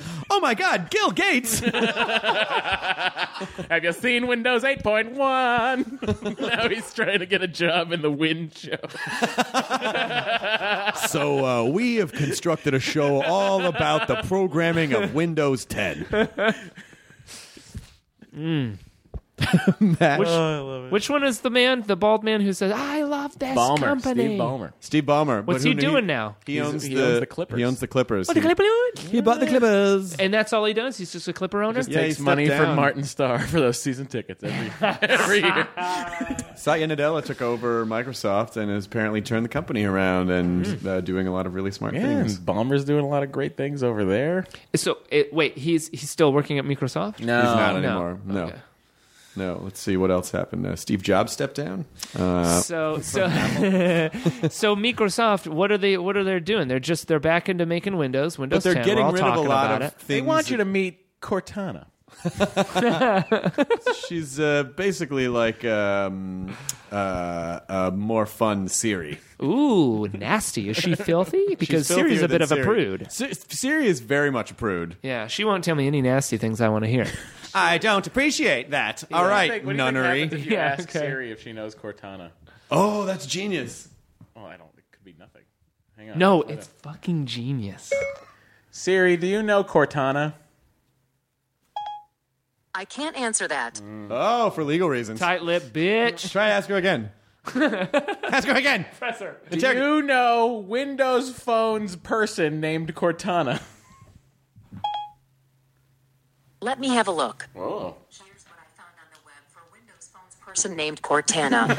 B: Oh my God, Gil Gates.
F: Have you seen Windows 8.1? now he's trying to get a job in the wind show.
B: so uh, we have constructed a show all about the programming of Windows 10. Matt, Hmm.
G: Which,
B: Mm-hmm.
G: which one is the man, the bald man who says, "I love best
F: Balmer,
G: company"?
F: Steve Ballmer.
B: Steve Ballmer. but
G: What's
B: who
G: he
B: knew
G: doing now?
B: He
F: He's-
B: owns,
F: he
B: the,
F: owns the Clippers.
B: He owns the Clippers.
G: What the
B: He-
G: Clipper
B: He bought the Clippers.
G: And that's all he does. He's just a Clipper owner.
B: Yeah, he
F: takes
B: stepped
F: money
B: down.
F: from Martin Starr for those season tickets every, every year.
B: Satya Nadella took over Microsoft and has apparently turned the company around and uh, doing a lot of really smart
F: Yeah,
B: things.
F: and Balmer's doing a lot of great things over there.
G: So it, wait, he's he's still working at Microsoft.
F: No,
B: He's not
G: no.
B: anymore. No.
G: Okay.
B: No, let's see what else happened. Uh, Steve Jobs stepped down. Uh,
G: So so so Microsoft. What are they? What are they doing? They're just they're back into making Windows. Windows
B: but they're
G: 10. We're
B: getting
G: all
B: rid of a
G: talking
B: lot
G: about
B: of
G: it.
B: things.
F: They want you to meet Cortana.
B: She's uh, basically like um, uh, a more fun Siri.
G: Ooh, nasty. Is she filthy? Because
B: She's filthier
G: Siri's a bit
B: than
G: of
B: Siri.
G: a prude.
B: Si- Siri is very much a prude.
G: Yeah, she won't tell me any nasty things I want to hear.
B: I don't appreciate that. All right, nunnery.
F: you
G: Yeah,
F: ask
G: okay.
F: Siri if she knows Cortana?
B: Oh, that's genius.
F: Well, I don't. It could be nothing. Hang on.
G: No,
F: Hold
G: it's
F: on.
G: fucking genius.
F: Siri. Do you know Cortana?
I: I can't answer that.
B: Oh, for legal reasons.
G: Tight lip, bitch.
B: Try to ask her again. ask her again.
G: Professor.
F: Do you know Windows Phone's person named Cortana?
I: Let me have a look.
F: Oh.
I: Here's what I found on the web for Windows phones person named Cortana.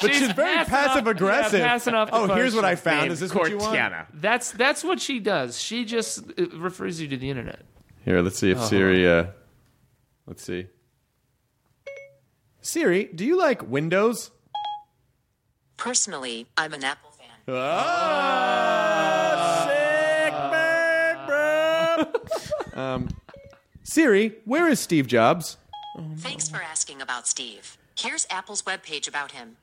B: But she's, very
G: passing
B: passive
G: off-
B: aggressive.
G: yeah, passing off the
B: oh, here's what I
G: functions
B: found.
G: named
B: Is this what you want?
G: That's that's what she does. She just uh, refers you to the internet.
B: Here, let's see if Siri. Uh, let's see. Siri, do you like Windows?
I: Personally, I'm an Apple fan.
B: Ah, Um, Siri, where is Steve Jobs?
I: Thanks for asking about Steve. Here's Apple's webpage about him.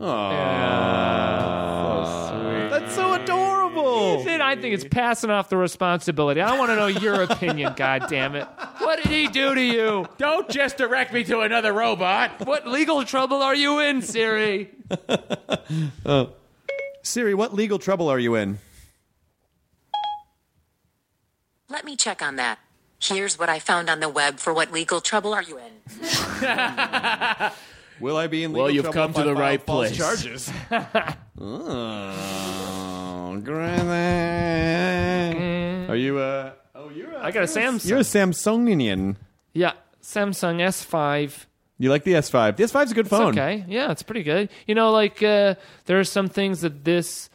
B: Ah. That's so adorable.
G: Then I think it's passing off the responsibility. I want to know your opinion. God damn it! What did he do to you?
F: Don't just direct me to another robot.
G: What legal trouble are you in, Siri?
B: Siri, what legal trouble are you in?
I: Let me check on that. Here's what I found on the web for what legal trouble are you in?
B: Will I be in legal
F: Well, you've
B: trouble
F: come
B: if
F: to
B: I
F: the
B: file
F: right
B: false
F: place.
B: Charges. oh,
G: Mm.
B: Granny. Are you uh Oh, you're a,
G: I got a Samsung.
B: You're a Samsungian.
G: Yeah, Samsung S5.
B: You like the S5. The S5's a good
G: It's
B: phone.
G: okay. Yeah, it's pretty good. You know, like uh, there are some things that this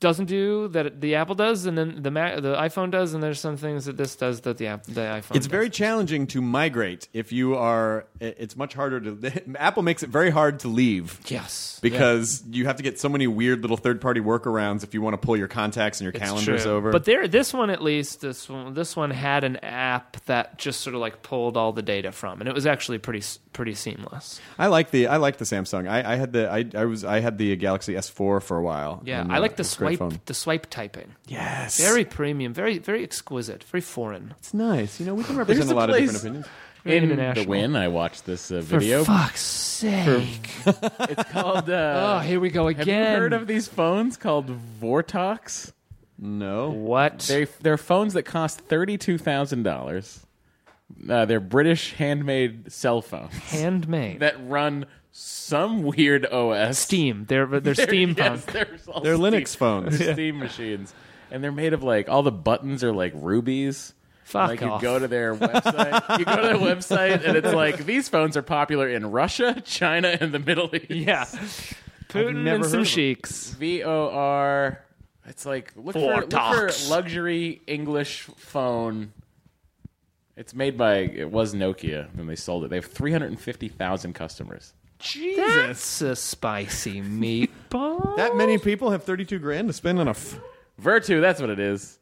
G: doesn't do that the Apple does, and then the Mac, the iPhone does, and there's some things that this does that the app, the iPhone.
B: It's very challenging to migrate if you are. it- It's much harder to. Apple makes it very hard to leave
G: yes.
B: because you have to get so many weird little third-party workarounds if you want to pull your contacts and your
G: It's
B: calendars
G: true.
B: over.
G: But there, this one at least, this one, this one had an app that just sort of like pulled all the data from, and it was actually pretty s- pretty seamless.
B: I like the I like the Samsung. I, I had the I, I was I had the Galaxy S4 for a while.
G: Yeah,
B: and,
G: I
B: uh,
G: like the
B: it's a great
G: swipe
B: phone.
G: the swipe typing.
B: Yes,
G: Very premium, very very exquisite, very foreign.
B: It's nice. You know, we can represent a lot of
F: place-
B: different opinions.
G: Very
F: The
G: international.
F: win. I watched this uh,
G: For
F: video
G: fuck's sake!
F: It's called.
G: oh,
F: Uh,
G: here we go
F: have
G: again.
F: you heard of these phones called Vortox?
B: No,
G: what?
F: They they're phones that cost thirty two thousand dollars, Uh, they're British handmade cell phones.
G: Handmade.
F: That run some weird OS.
G: Steam. They're they're steampunk.
F: yes, they're, all
B: They're
F: Steam-
B: Linux phones.
F: They're
B: Yeah.
F: Steam machines. And they're made of like all the buttons are like rubies.
G: Fuck
F: like
G: off.
F: you go to their website. you go to their website and it's like these phones are popular in Russia, China, and the Middle East.
G: Yeah. Putin
F: never
G: and
F: heard
G: some
F: of 'em.
G: sheiks.
F: V O R. It's like look
G: Four
F: for, look for
G: talks.
F: luxury English phone. It's made by it was Nokia when they sold it. They have three hundred and fifty thousand customers.
G: Jesus. That's a spicy meatball.
B: That many people have 32 grand to spend on a. F-
F: Virtu, that's what it is.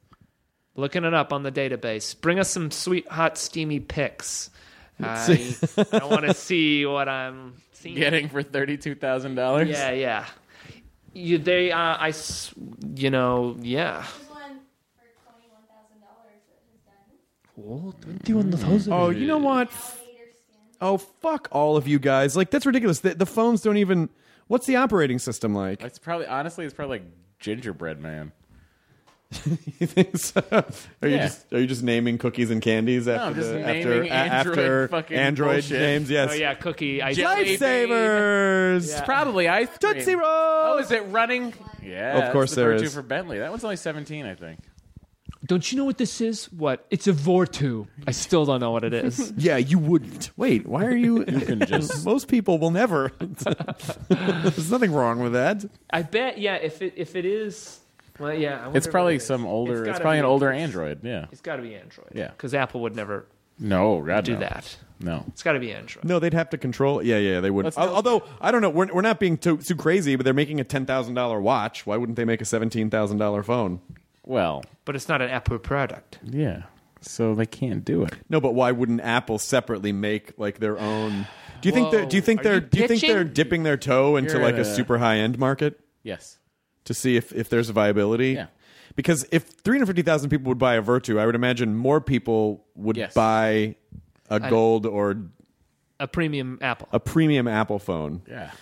G: Looking it up on the database. Bring us some sweet, hot, steamy pics. I, I want to see what I'm seeing.
F: Getting for thirty two thousand dollars.
G: Yeah, yeah. You, they, uh, I, s- you know, yeah. Oh, 21,000.
B: oh, you know what? F- Oh, fuck all of you guys. Like, that's ridiculous. The, the phones don't even. What's the operating system like?
F: It's probably honestly it's probably like gingerbread man.
B: You think so? Are you
F: Yeah.
B: just are you just naming cookies and candies after
F: I'm just
B: the,
F: naming
B: after a-
F: Android
B: after
F: fucking
B: Android
F: bullshit.
B: names? Yes.
G: Oh, yeah, cookie. I
F: Jelly
B: Lifesavers.
G: Yeah.
F: Probably ice cream.
B: Tootsie Rolls.
F: Oh, is it running? Yeah.
B: Of
F: that's
B: course
F: the
B: there
F: Virtu
B: is.
F: for Bentley. That one's only seventeen, I think.
G: Don't you know what this is? What? It's a Vortu. I still don't know what it is.
B: Yeah, Uh, you wouldn't. Wait, why are you? you
F: can just-
B: Most people will never. There's nothing wrong with that.
G: I bet. Yeah, if it if it is, well, yeah. I wonder
F: It's
G: what
F: probably
G: it is.
F: some older. It's,
G: gotta
F: probably
G: be-
F: an older Android. Yeah.
G: It's got to be Android.
F: Yeah.
G: because Apple would never
F: No, God,
G: do
F: no.
G: that.
F: No.
G: It's got to be Android.
B: No, they'd have to control. Yeah, yeah, they would.
F: Let's
B: Al- Although I don't know, we're, we're not being too, too crazy, but they're making a ten thousand dollar watch. Why wouldn't they make a seventeen thousand dollar phone?
F: Well,
G: But it's not an Apple product.
F: yeah. So they can't do it.
B: No, but why wouldn't Apple separately make like their own? Do you think they're? Do you think
G: Are
B: they're?
G: you
B: do you think
G: pitching?
B: they're dipping their toe into
F: You're
B: like
F: in
B: a
F: a-
B: super high end market
F: Yes.
B: to see if if there's a viability?
F: Yeah.
B: Because if three hundred fifty thousand people would buy a Virtu, I would imagine more people would
F: Yes.
B: buy a gold or
G: A premium Apple.
B: a premium Apple phone.
F: Yeah.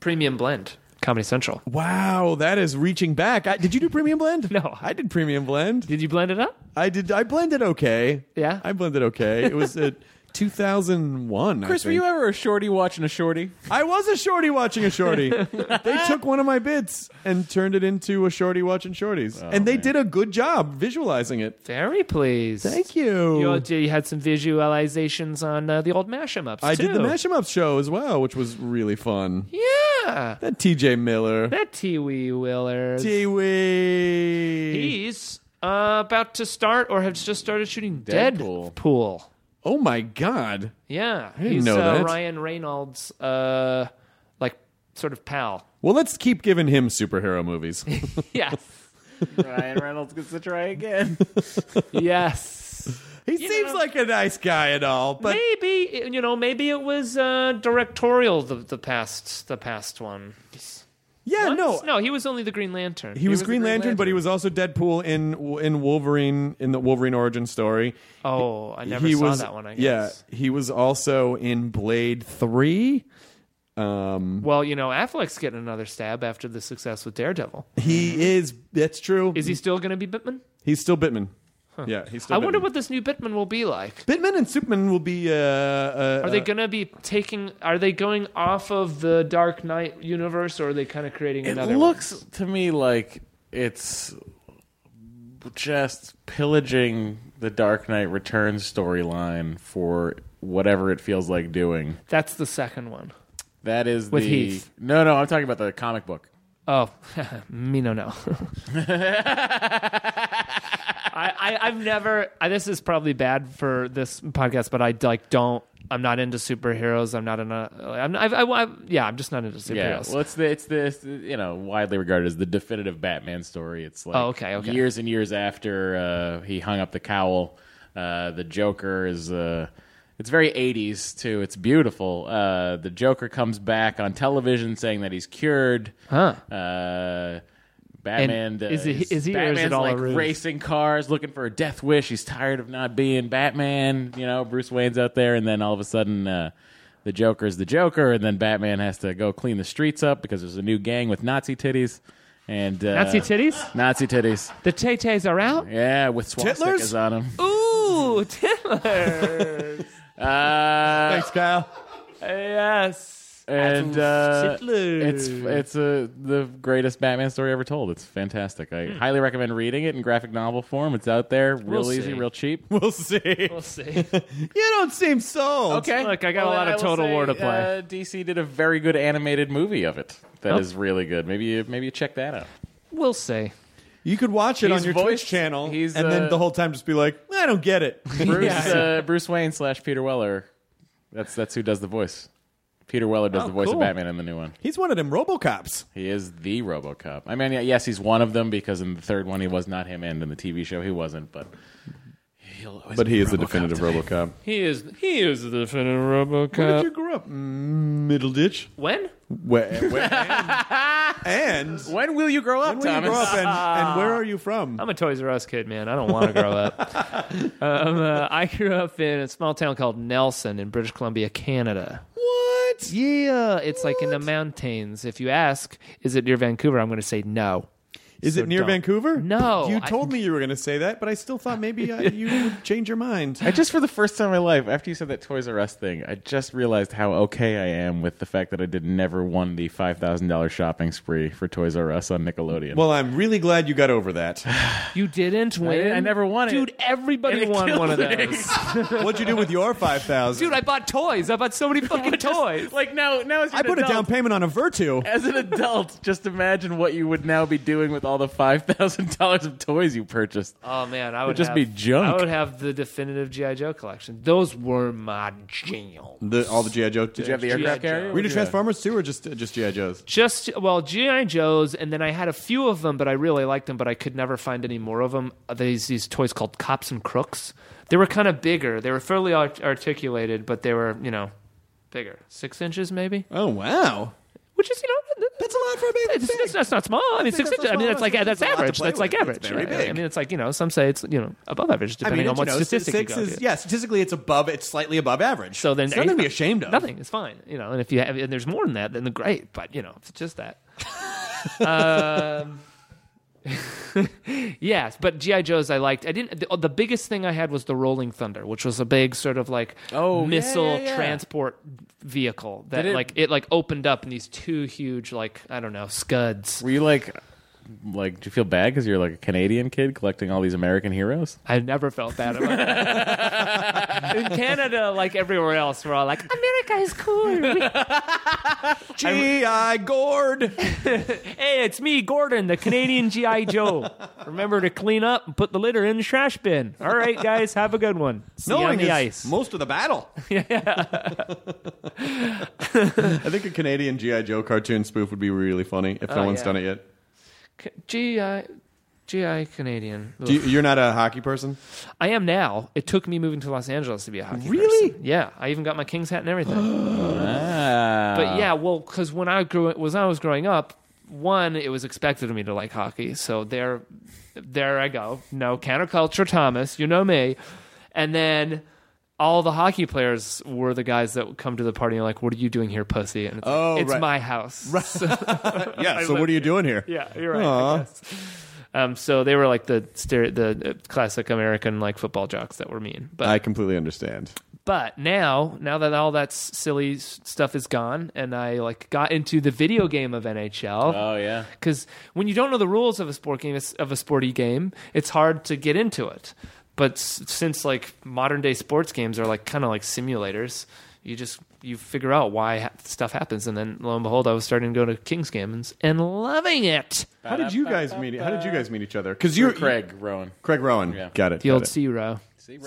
G: premium blend. Comedy Central.
B: Wow, that is reaching back. I, did you do premium blend?
G: No.
B: I did premium blend.
G: Did you blend it up?
B: I did. I blended okay.
G: Yeah?
B: I blended okay. It was uh 2001. I
F: Chris, were
B: think.
F: you ever a shorty watching a shorty?
B: I was a shorty watching a shorty. they took one of my bits and turned it into a shorty watching shorties, and they did a good job visualizing it.
G: Very pleased.
B: Thank you.
G: You, all- you had some visualizations on uh, the old Mashem ups.
B: I did the
G: too.
B: Mash 'em Up show as well, which was really fun.
G: Yeah.
B: That TJ Miller,
G: That T Wee Willers.
B: Tiwi.
G: He's uh, about to start or has just started shooting Deadpool.
F: Deadpool.
B: Oh my god!
G: Yeah.
B: didn't
G: He's
B: know
G: uh,
B: that.
G: Ryan Reynolds, uh, like, sort of pal.
B: Well, let's keep giving him superhero movies.
G: Yes.
F: Ryan Reynolds gets to try again.
G: yes.
B: He seems like a nice guy and all, but
G: maybe you know, maybe it was uh, directorial the, the past the past one.
B: yeah, no,
G: no, he was only the Green Lantern.
B: He was,
F: was the
B: Green,
F: Green
B: Lantern, but he was also Deadpool in in Wolverine in the Wolverine origin story.
G: oh, I never
B: he
G: saw
B: was
G: that one. I
B: yeah,
G: guess.
B: he was also in Blade Three. Um,
G: Well, you know, Affleck's getting another stab after the success with Daredevil.
B: he is that's true.
G: Is he still going to be Bitman?
B: He's still Bitman. Yeah, he's still.
G: I wonder
B: Bitman.
G: what this new Bitman will be like.
B: Bitman and Superman will be. Uh, uh,
G: Are they
B: uh,
G: going to be taking? Are they going off of the Dark Knight universe, or are they kind of creating
F: it
G: another?
F: looks to me like it's just pillaging the Dark Knight Returns storyline for whatever it feels like doing.
G: one? That's the second one.
F: That is
G: With
F: the
G: Heath.
F: no, no. I'm talking about the comic book.
G: Oh, me no no. I, I I've never. I, this is probably bad for this podcast, but I like don't. I'm not into superheroes. I'm not in a. I'm not, I, I, I, yeah, I'm just not into
F: Yeah,
G: superheroes.
F: well, it's the it's this you know widely regarded as the definitive Batman story. It's like
G: Oh, okay, okay.
F: years and years after uh, he hung up the cowl. Uh, the Joker is uh, it's very eighties too. It's beautiful. Uh, the Joker comes back on television saying that he's cured.
G: Huh.
F: Uh, Batman
G: And
F: uh,
G: is it- is he or is
F: Batman's,
G: it all a
F: like
G: ruse?
F: racing cars looking for a death wish. He's tired of not being Batman. You know, Bruce Wayne's out there, and then all of a sudden, uh, the Joker is the Joker, and then Batman has to go clean the streets up because there's a new gang with Nazi titties and uh,
G: Nazi titties.
F: Nazi titties.
G: The Tay Tays are out.
F: Yeah, with swastikas
B: Titlers?
F: on them.
G: Ooh, Ooh, Tiddlers.
F: Uh,
B: Thanks, Kyle.
G: yes.
F: and uh,
G: Tiddlers.
F: it's it's uh, the greatest Batman story ever told. It's fantastic. I highly recommend reading it in graphic novel form. It's out there, real
G: Hmm. We'll
F: easy,
G: see.
F: real cheap.
B: We'll see.
G: We'll see.
B: You don't seem sold.
F: Okay,
G: Look, I got a lot of
F: will
G: Total War to play.
F: Uh, DC did a very good animated movie of it. That is
G: Oh.
F: really good. Maybe you, maybe you check that out.
G: We'll see.
B: You could watch it
F: He's
B: on your
F: voiced-
B: Twitch channel,
F: he's,
B: and
F: uh,
B: then the whole time just be like, "I don't get it."
F: Bruce uh, Bruce Wayne slash Peter Weller. That's that's who does the voice. Peter Weller does
G: Oh,
F: the voice
G: cool.
F: of Batman in the new one.
B: He's one of them RoboCops.
F: He is the RoboCop. I mean, yeah, yes, he's one of them because in the third one he was not him, and in the TV show he wasn't. But he'll always
B: But
F: be
B: he is the
F: RoboCop
B: definitive
F: to me.
B: RoboCop.
G: He is he is the definitive RoboCop.
B: Where did you grow up? Middle ditch.
G: when?
B: Where, where- and when
F: When will you grow up,
B: will you
F: Thomas?
B: grow up? And, and where are you from?
G: I'm a Toys R Us kid, man. I don't want to grow up. um, uh, I grew up in a small town called Nelson in British Columbia, Canada.
B: what?
G: Yeah, it's like in the mountains. If you ask, is it near Vancouver? I'm going to say no.
B: Is
G: So
B: it near
G: don't-
B: Vancouver?
G: No,
B: You
G: I-
B: told me you were going to say that, but I still thought maybe uh, you would change your mind.
F: I just for the first time in my life, after you said that Toys R Us thing, I just realized how okay I am with the fact that I did never won the five thousand dollar shopping spree for Toys R Us on Nickelodeon.
B: Well, I'm really glad you got over that.
G: You didn't win.
F: I never won it.
G: Dude, everybody
F: And it
G: won
F: killed
G: one of
F: me.
G: those.
B: What'd you do with your five thousand?
G: Dude, I bought toys. I bought so many fucking toys.
F: like now, now as
B: I put a down payment on a Virtu.
F: As an adult, just imagine what you would now be doing with all the five thousand dollars of toys you purchased.
G: Oh man, I would
F: just
G: have-
F: be junk.
G: I would have the definitive GI Joe collection. Those were my jam.
B: The, all the GI Joe. Did
F: you have the aircraft
G: Joe.
F: carrier?
B: Were you into Transformers too, or just uh, just GI Joes?
G: Just well, GI Joes, and then I had a few of them, but I really liked them, but I could never find any more of them. These these toys called Cops and Crooks. They were kind of bigger. They were fairly art- articulated, but they were you know bigger, six inches maybe,
B: Oh wow,
G: which is you know
B: that's a lot for a baby.
G: It's, it's, that's not small. I mean,
B: think
G: six
B: that's
G: inches. I mean,
B: not
G: that's like
B: small. It's
G: that's
B: a lot to
G: average.
B: play
G: That's
B: with.
G: like
B: It's
G: average.
B: very
G: right?
B: big.
G: I mean, it's like you know, some say it's you know above average
B: I
G: depending
B: mean,
G: on
B: you
G: what
B: know,
G: statistic
B: six
G: you go
B: is
G: to.
B: yeah, statistically it's above, it's slightly above average.
G: So then
B: it's nothing to be ashamed of.
G: Nothing. It's fine. You know, and if you have, and there's more than that, then the great. But you know, if it's just that. um, yes, but GI Joes I liked. I didn't. The, the biggest thing I had was the Rolling Thunder, which was a big sort of like
F: Oh, yeah,
G: missile
F: yeah, yeah.
G: transport vehicle that
F: Did it-
G: like it like opened up in these two huge like I don't know scuds.
F: Were you like, like, do you feel bad because you're like a Canadian kid collecting all these American heroes?
G: I never felt bad about that. in Canada, like everywhere else, we're all like, America is cool.
B: GI Gord.
G: hey, it's me, Gordon, the Canadian G.I. Joe. Remember to clean up and put the litter in the trash bin. All right, guys, have a good one. See you on
B: Knowing
G: the
B: is
G: ice.
B: most of the battle. yeah. I think a Canadian GI Joe cartoon spoof would be really funny if no one's
G: yeah.
B: done it yet.
G: G.I. G.I. Canadian.
B: Do you, you're not a hockey person.
G: I am now. It took me moving to Los Angeles to be a hockey
B: Really?
G: person. Yeah, I even got my Kings hat and everything.
F: Ah,
G: But yeah, well, because when I grew was I was growing up, one it was expected of me to like hockey, so there, there I go. No counterculture, Thomas. You know me, and then. All the hockey players were the guys that would come to the party and like, "What are you doing here, pussy?" And it's, like,
B: Oh,
G: it's
B: right.
G: my house. So-
B: Yeah. so
G: live
B: what are you doing here?
G: yeah, you're right. I guess. Um, so they were like the stere- the uh, classic American like football jocks that were mean. But
B: I completely understand.
G: but now now that all that s- silly s- stuff is gone and i like got into the video game of
B: Uh.
G: nhl
F: oh yeah.
G: because when you don't know the rules of a sport game it's- of a sporty game it's hard to get into it but s- since like modern day sports games are like kind of like simulators you just you figure out why ha- stuff happens and then lo and behold i was starting to go to kings games and loving it
B: How did you guys meet? How did you guys meet each other? Because you're
F: Craig Rowan.
B: Craig Rowan. Got it.
G: the
B: got
G: old
B: it.
G: sea row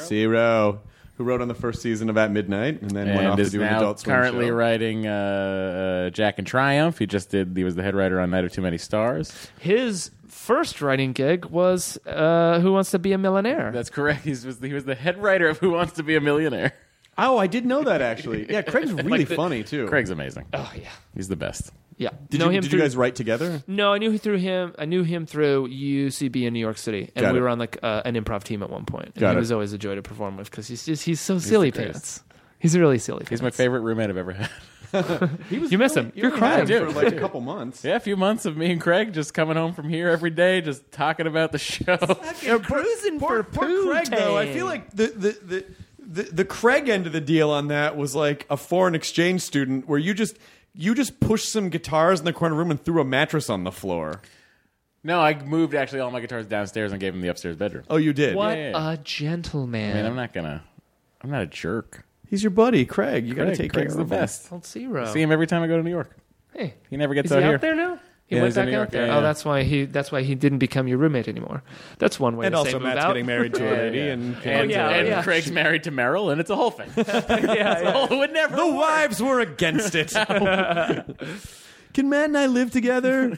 B: Zero, who wrote on the first season of At Midnight and then went off
F: And
B: to
F: is
B: do an
F: now
B: adult swim
F: currently
B: show.
F: writing uh, uh, Jack and Triumph. He just did. He was the head writer on Night of Too Many Stars.
G: his first writing gig was uh, who wants to be a millionaire
F: That's correct. He's was he was the head writer of Who Wants to Be a Millionaire.
B: Oh, I did know that actually. Yeah, Craig's really funny too.
F: Craig's amazing.
G: oh yeah
F: He's the best.
G: yeah
B: did,
G: know
B: you,
G: him
B: did
G: through
B: you guys write together?
G: No, I knew through him. I knew him through UCB in New York City, and
B: Got
G: we
B: it.
G: were on like uh, an improv team at one point. And
B: Got
G: he
B: it.
G: was always a joy to perform with because he's just he's so silly
F: the greatest.
G: pants. He's really silly.
F: He's my favorite roommate I've ever had.
G: you miss him. You're crying.
B: for like a couple months.
F: Yeah, a few months of me and Craig just coming home from here every day, just talking about the show.
G: You're cruising for
B: Poor Craig, though, I feel like the the. the the, the Craig end of the deal on that was like a foreign exchange student where you just you just pushed some guitars in the corner room and threw a mattress on the floor.
F: No, I moved actually all my guitars downstairs and gave him the upstairs bedroom.
B: Oh, you did.
G: What
F: Yeah, yeah.
G: a gentleman.
F: I mean, I'm not gonna, I'm not a jerk.
B: He's your buddy, Craig. You got to
F: Craig-
B: take
F: Craig's
B: care of
F: the
B: him.
F: best.
G: Old Zero.
F: See him every time I go to New York.
G: Hey,
F: He never gets
G: is he
F: out here.
G: out there now? He
F: Yeah,
G: went
F: he's in
G: back
F: New York,
G: out there.
F: yeah,
G: Oh,
F: yeah.
G: that's why he. That's why he didn't become your roommate anymore. That's one way.
B: And
G: to say
B: also,
G: move
B: Matt's
G: out.
B: getting married to a
F: Yeah,
B: lady,
F: yeah.
B: and,
F: And, uh,
G: yeah,
F: and
G: yeah.
F: Craig's married to Meryl, and it's a whole thing.
G: yeah, yeah.
F: it would never.
B: the wives were against it. Can Matt and I live together?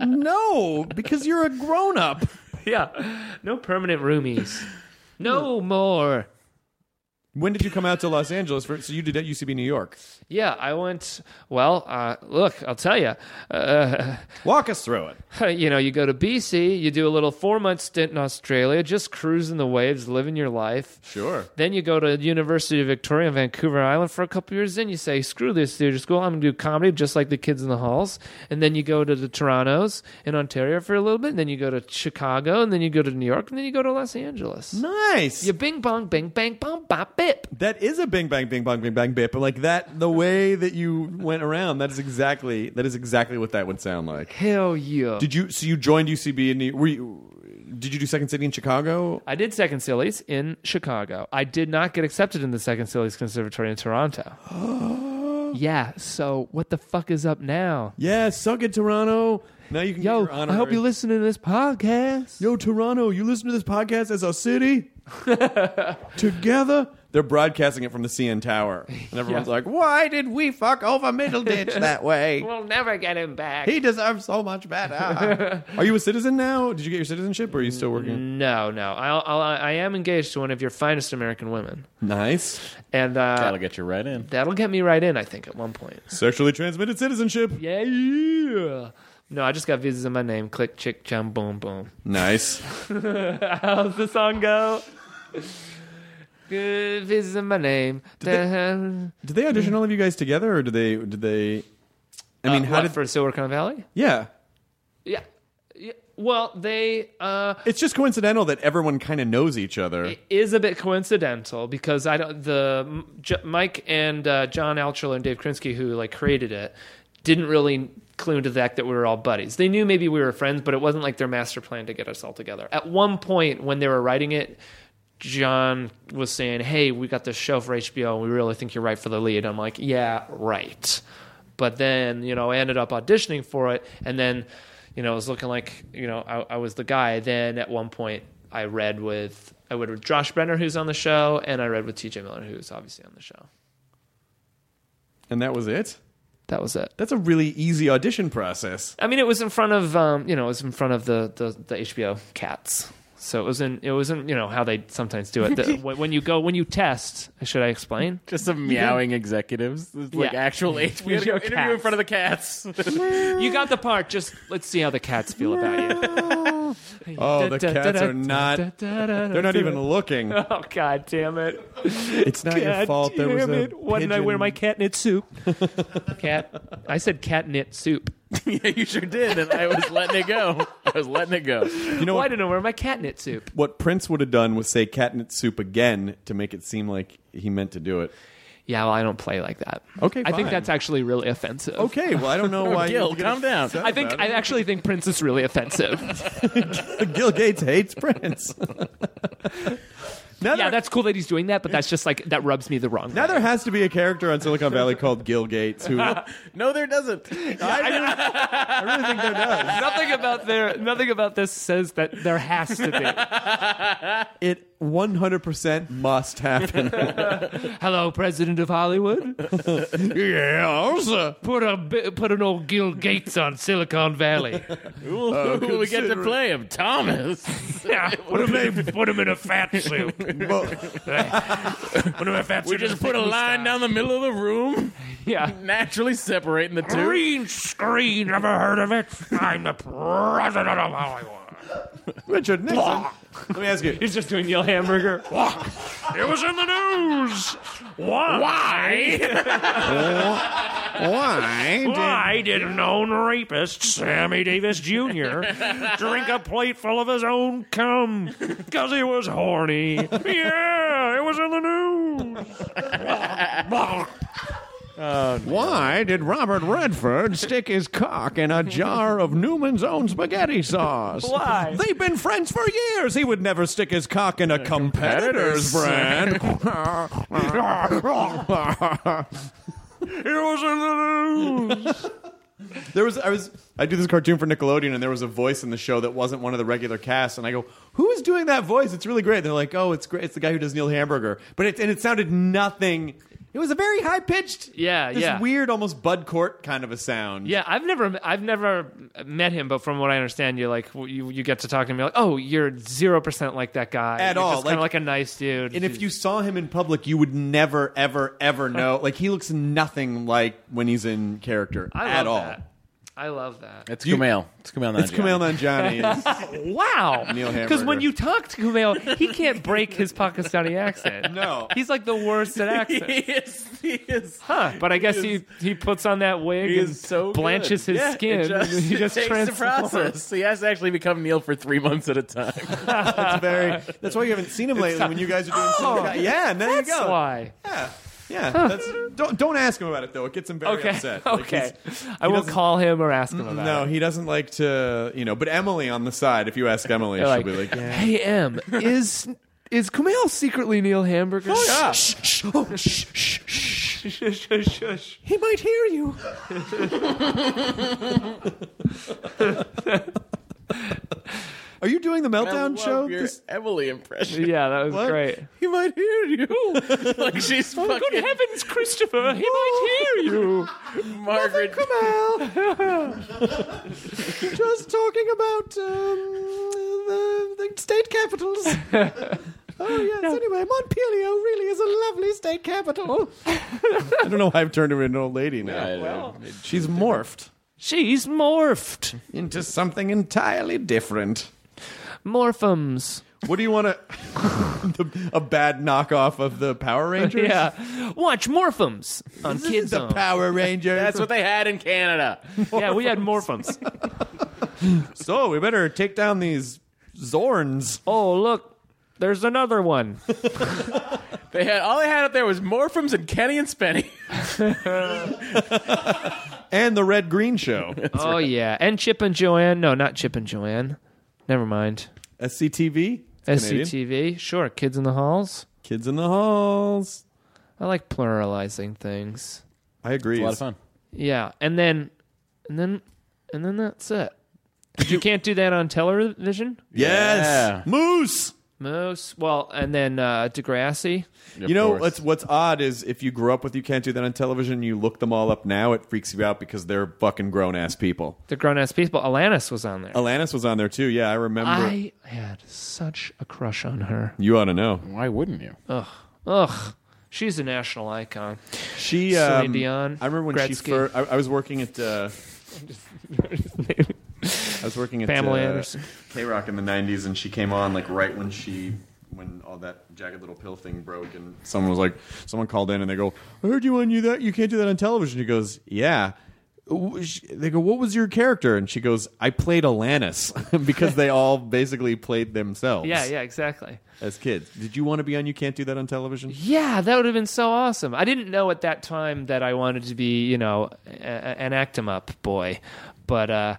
B: no, because you're a grown up.
G: yeah. No permanent roomies. No more.
B: When did you come out to Los Angeles? For, so you did at UCB New York.
G: Yeah, I went. Well, uh, look, I'll tell you. Uh,
B: Walk us through it.
G: you know, you go to BC, you do a little four month stint in Australia, just cruising the waves, living your life.
B: Sure.
G: Then you go to University of Victoria on Vancouver Island for a couple years. Then you say, "Screw this theater school! I'm going to do comedy, just like the kids in the halls." And then you go to the Toronto's in Ontario for a little bit. And then you go to Chicago, and then you go to New York, and then you go to Los Angeles.
B: Nice.
G: You bing bong bing bang bong bop bip.
B: That is a bing bang bing bong bing bang bip, but like that, the way that you went around, that is exactly that is exactly what that would sound like.
G: Hell yeah!
B: Did you? So you joined UCB and you, were you? Did you do Second City in Chicago?
G: I did Second Sillies in Chicago. I did not get accepted in the Second Sillies Conservatory in Toronto. yeah, so what the fuck is up now?
B: Yeah, suck it, Toronto. Now you can.
G: Yo,
B: get your
G: I hope you
B: listen.
G: listen to this podcast.
B: Yo, Toronto, you listen to this podcast as a city together. They're broadcasting it from the CN Tower, and everyone's like, "Why did we fuck over Middle Ditch that way?
G: We'll never get him back.
B: He deserves so much better." Are you a citizen now? Did you get your citizenship, or are you still
G: Mm.
B: working?
G: no, no. I'll, I'll, I am engaged to one of your finest American women.
B: Nice,
G: And uh,
F: That'll get you right in.
G: that'll get me right in, I think, at one point.
B: sexually transmitted citizenship.
G: Yeah. No, I just got visas in my name. Click, chick, chum, boom, boom.
B: Nice.
G: How's the song go? Good visas in my name. Dun-
B: Did they audition all of you guys together, or did they? Did they? I mean,
G: Uh,
B: how
G: what,
B: did?
G: for Silicon Valley?
B: yeah,
G: Yeah. Yeah. Well, they uh,
B: it's just coincidental that everyone kind of knows each other.
G: it is a bit coincidental because I don't the J- Mike and uh, John Altshuler and Dave Krinsky who like created it didn't really clue into the fact that we were all buddies. They knew maybe we were friends, but it wasn't like their master plan to get us all together. At one point when they were writing it, John was saying, "Hey, we got this show for HBO, and we really think you're right for the lead." I'm like, "Yeah, right." But then, you know, I ended up auditioning for it, and then, you know, it was looking like, you know, I, I was the guy. Then at one point, I read with I read with Josh Brenner, who's on the show, and I read with T.J. Miller, who's obviously on the show.
B: and that was it.
G: That was it.
B: That's a really easy audition process.
G: I mean, it was in front of, um, you know, it was in front of the the, the HBO cats. So it wasn't, it wasn't, you know, how they sometimes do it. The, when when you go, when you test, should I explain?
F: Just some meowing executives, It's like
G: Yeah.
F: actual HBO interview
G: Video
F: in
G: cats.
F: front of the cats.
G: You got the part. Just let's see how the cats feel about you.
B: Oh, the cats are not- They're
G: They're
B: not even looking.
G: Oh God damn it!
B: It's not your fault. There was a
G: Why didn't I wear
B: pigeon.
G: my catnip soup? Cat. I said catnip soup.
F: yeah, you sure did, and I was letting it go. I was letting it go.
B: You know
G: Why
B: what,
G: didn't I wear my catnip soup?
B: what Prince would have done was say catnip soup again to make it seem like he meant to do it.
G: Yeah, well, I don't play like that.
B: Okay,
G: I think
B: fine.
G: that's actually really offensive.
B: Okay, well I don't know why.
F: Gil, calm down.
G: I think I actually think Prince is really offensive.
B: Gil Gates hates Prince. now,
G: yeah,
B: there,
G: that's cool that he's doing that, but that's just like that rubs me the wrong.
B: now
G: way.
B: there has to be a character on Silicon Valley called Gil Gates who I,
F: No, there doesn't.
B: I really think there does.
G: nothing about their nothing about this says that there has to be.
B: It 100 percent must happen.
G: Hello, President of Hollywood.
B: yes.
G: Put a bi- put an old Gil Gates on Silicon Valley.
F: Who who we get to play him? Thomas.
G: Oh, Yeah, put him, put him in a fat suit. put him in a fat
F: We just put a line down the middle of the room,
G: Yeah,
F: naturally separating the two.
G: screen. Never heard of it? I'm the president of Hollywood.
B: Richard Nixon. Let me ask you.
G: He's just doing Yell Hamburger.
H: It was in the news. Why?
B: Why?
H: Why did known rapist Sammy Davis Jr. drink a plate full of his own cum? Because he was horny. Yeah, it was in the news.
B: Why did Robert Redford stick his cock in a jar of Newman's own spaghetti sauce?
G: Why?
B: They've been friends for years. He would never stick his cock in a competitor's brand.
H: it was in the news.
B: there was I was I do this cartoon for Nickelodeon and there was a voice in the show that wasn't one of the regular cast and I go, "Who is doing that voice? It's really great." And they're like, "Oh, it's great. It's the guy who does Neil Hamburger." But it and it sounded nothing. It was a very high pitched,
G: Yeah,
B: this
G: yeah.
B: weird, almost Bud Cort kind of a sound.
G: Yeah, I've never, I've never met him, but from what I understand, you like you, you get to talk to him. You're like, oh, you're zero percent like that guy
B: At all,
G: Kind
B: like-
G: of like a nice dude.
B: And if you saw him in public, you would never, ever, ever know. Like he looks nothing like when he's in character
G: I love
B: at all.
G: that. I love that.
F: It's
B: You-
F: Kumail. It's Kumail Nanjiani.
B: It's Kumail Nanjiani.
G: Wow,
B: Neil
G: because
B: Hamburger.
G: when you talk to Kumail, he can't break his Pakistani accent.
B: No.
G: he's like the worst at accents.
F: He is. He is.
G: Huh. But I guess
F: He
G: he,
F: is-
G: he puts on that wig
F: He
G: and
F: is so good.
G: blanches his
F: Yeah,
G: skin.
F: It just,
G: and he
F: it
G: just
F: takes the
G: transforms.
F: process. He has to actually become Neil for three months at a time.
B: That's very. That's why you haven't seen him lately. When you guys are doing, oh, yeah, and there you
G: That's
B: go.
G: why.
B: Yeah, yeah. That's, don't don't ask him about it though. It gets him very
G: Okay.
B: upset. Like,
G: Okay.
B: he's- he
G: I won't
B: doesn't-
G: call him or ask him about
B: No,
G: it.
B: he doesn't like to, you know. But Emily on the side, if you ask Emily, she'll
G: They're like,
B: be like, yeah.
G: "Hey, Em, is is Kumail secretly Neil Hamburger?"
B: Oh, yeah. Shh, shh, oh, shh, shh, shh. He might hear you. Are you doing the meltdown show?
F: Your
B: this-
F: Emily impression.
G: yeah, that was
B: What?
G: great. Oh,
F: He might hear you. like she's fucking
G: heavens, Christopher! He might hear you.
F: Margaret.
B: Kumail. Just talking about um, the, the state capitals. Oh yes. Anyway, Montpellier really is a lovely state capital. I don't know why I've turned her into an old lady now.
F: I don't know.
B: She's morphed
G: She's morphed.
B: into something entirely different.
G: Morphums.
B: What do you want to? a bad knockoff of the Power Rangers.
G: Yeah. Watch Morphums on Kids
B: the Power Rangers.
F: That's what they had in Canada.
G: Yeah, we had Morphums.
B: so we better take down these Zorns.
G: oh, look. There's another one.
F: They had all they had up there was Morphums and Kenny and Spenny.
B: and the Red Green Show.
G: oh yeah, and Chip and Joanne. No, not Chip and Joanne. Never mind.
B: SCTV. It's Canadian.
G: SCTV. Sure, Kids in the Halls.
B: Kids in the Halls.
G: I like pluralizing things.
B: I agree.
F: A lot of fun.
G: Yeah, and then, and then, and then that's it. you can't do that on television.
B: Yes.
F: Yeah.
B: Moose.
G: Most well, and then uh, Degrassi.
B: you know what's what's odd is if you grew up with you can't do that on television. You look them all up now, it freaks you out because they're fucking grown ass people.
G: The grown ass people. Alanis was on there.
B: Alanis was on there too. Yeah, I remember.
G: I had such a crush on her.
B: You ought to know.
F: Why wouldn't you?
G: Oh. Ugh, she's a national icon.
B: She.
G: Celine
B: Um,
G: Dion,
B: I remember when she
G: Gretzky.
B: first. I, I was working at. Uh, I was working at
G: Pamela
B: uh,
G: Anderson.
B: K Rock in the '90s, and she came on like right when she when all that jagged little pill thing broke, and someone was like, someone called in, and they go, "I heard you on you that you can't do that on television." She goes, "Yeah." Wh- she- They go, "What was your character?" And she goes, "I played Alanis," because they all basically played themselves.
G: Yeah, yeah, exactly.
B: As kids, did you want to be on You Can't Do That on Television?
G: Yeah, that would have been so awesome. I didn't know at that time that I wanted to be, you know, a- a- an act 'em up boy, but uh,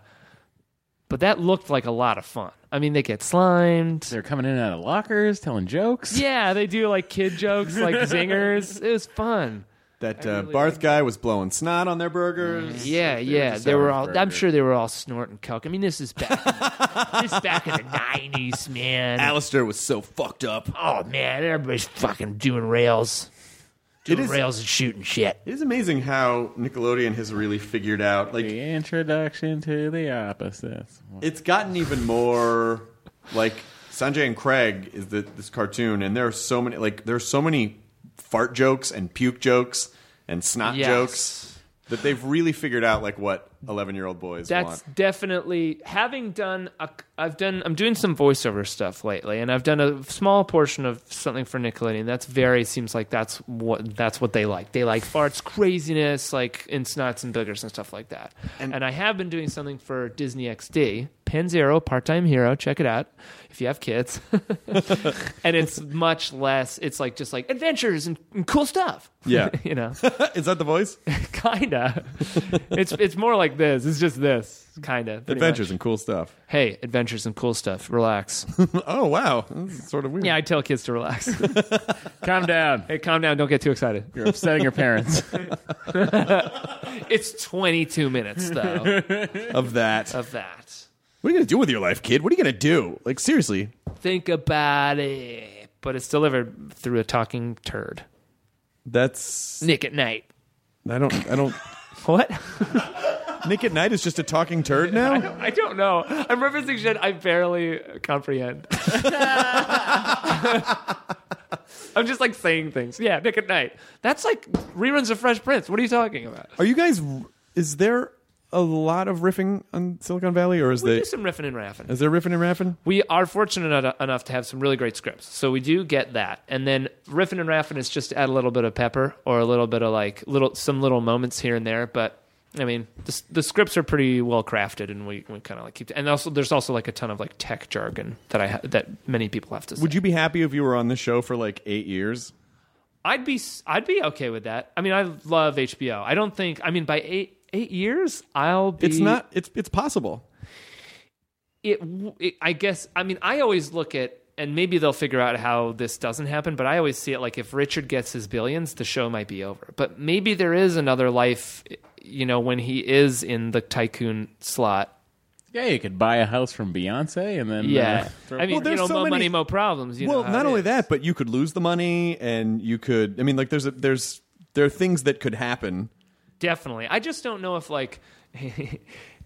G: but that looked like a lot of fun. I mean, they get slimed.
F: They're coming in and out of lockers, telling jokes.
G: Yeah, they do like kid jokes, like zingers. It was fun.
B: That uh, Barth guy was blowing snot on their burgers.
G: Mm, Yeah, yeah. They were all. I'm sure they were all snorting coke. I mean, this is back. this is back in the '90s, man.
B: Alistair was so fucked up.
G: oh man, everybody's fucking doing rails, doing
B: is-
G: rails and shooting shit.
B: It is amazing how Nickelodeon has really figured out. Like,
F: The introduction to the opposites.
B: it's gotten even more like Sanjay and Craig is the, this cartoon, and there are so many like there are so many fart jokes and puke jokes and snot
G: Yes.
B: jokes. that they've really figured out like what 11 year old boys
G: That's
B: want.
G: definitely having done. A, I've done. I'm doing some voiceover stuff lately, and I've done a small portion of something for Nickelodeon. That's very seems like that's what that's what they like. They like farts, craziness, like in snots and boogers and stuff like that. And, I have been doing something for Disney XD, Pan Zero, Part Time Hero. Check it out if you have kids. and it's much less. It's like just like adventures and, and cool stuff.
B: Yeah.
G: you know.
B: Is that the voice?
G: kinda. It's it's more like this. It's just this kinda. pretty
B: Adventures
G: much.
B: and cool stuff.
G: Hey, adventures and cool stuff. Relax.
B: oh wow, That's sort of weird.
G: Yeah, I tell kids to relax.
F: calm down.
G: Hey, calm down. Don't get too excited.
F: You're upsetting your parents.
G: it's 22 minutes though
B: Of that.
G: of that.
B: What are you gonna do with your life, kid? What are you gonna do? Like seriously,
G: Think about it. But it's delivered through a talking turd.
B: that's
G: Nick at night.
B: I don't I don't.
G: What?
B: Nick at Night is just a talking turd now.
G: I don't know. I'm referencing shit I barely comprehend. I'm just like saying things. Yeah, Nick at Night. That's like reruns of Fresh Prince. What are you talking about?
B: Are you guys? Is there a lot of riffing on Silicon Valley, or is
G: We
B: there
G: do some riffing and raffing.
B: is there riffing and raffing?
G: We are fortunate eno- enough to have some really great scripts, so we do get that. And then riffing and raffing is just to add a little bit of pepper or a little bit of like little some little moments here and there. But I mean, the, s- the scripts are pretty well crafted, and we, we kind of like keep. And also, there's also like a ton of like tech jargon that I ha- that many people have to. say.
B: Would you be happy if you were on this show for like eight years?
G: I'd be I'd be okay with that. I mean, I love HBO. I don't think I mean by eight eight years I'll be.
B: It's not. It's it's possible.
G: It, w- it. I guess. I mean, I always look at and maybe they'll figure out how this doesn't happen. But I always see it like if Richard gets his billions, the show might be over. But maybe there is another life. You know, when he is in the tycoon slot.
F: yeah, you could buy a house from Beyonce and then uh,
G: Yeah,
F: throw-
G: I mean,
B: Well,
G: you
B: there's
G: know,
B: so
G: mo
B: many-
G: money, mo problems. You know
B: well,
G: how
B: not
G: it
B: only
G: is.
B: that, but you could lose the money, and you could. I mean, like there's a, there's there are things that could happen.
G: definitely. I just don't know if like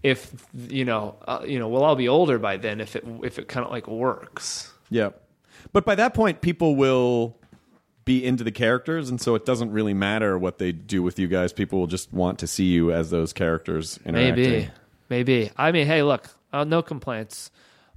G: if you know uh, you know we'll all be older by then if it if it kind of like works.
B: Yeah, but by that point, people will be into the characters, and so it doesn't really matter what they do with you guys. People will just want to see you as those characters interacting.
G: Maybe, maybe. I mean, hey, look, uh, no complaints.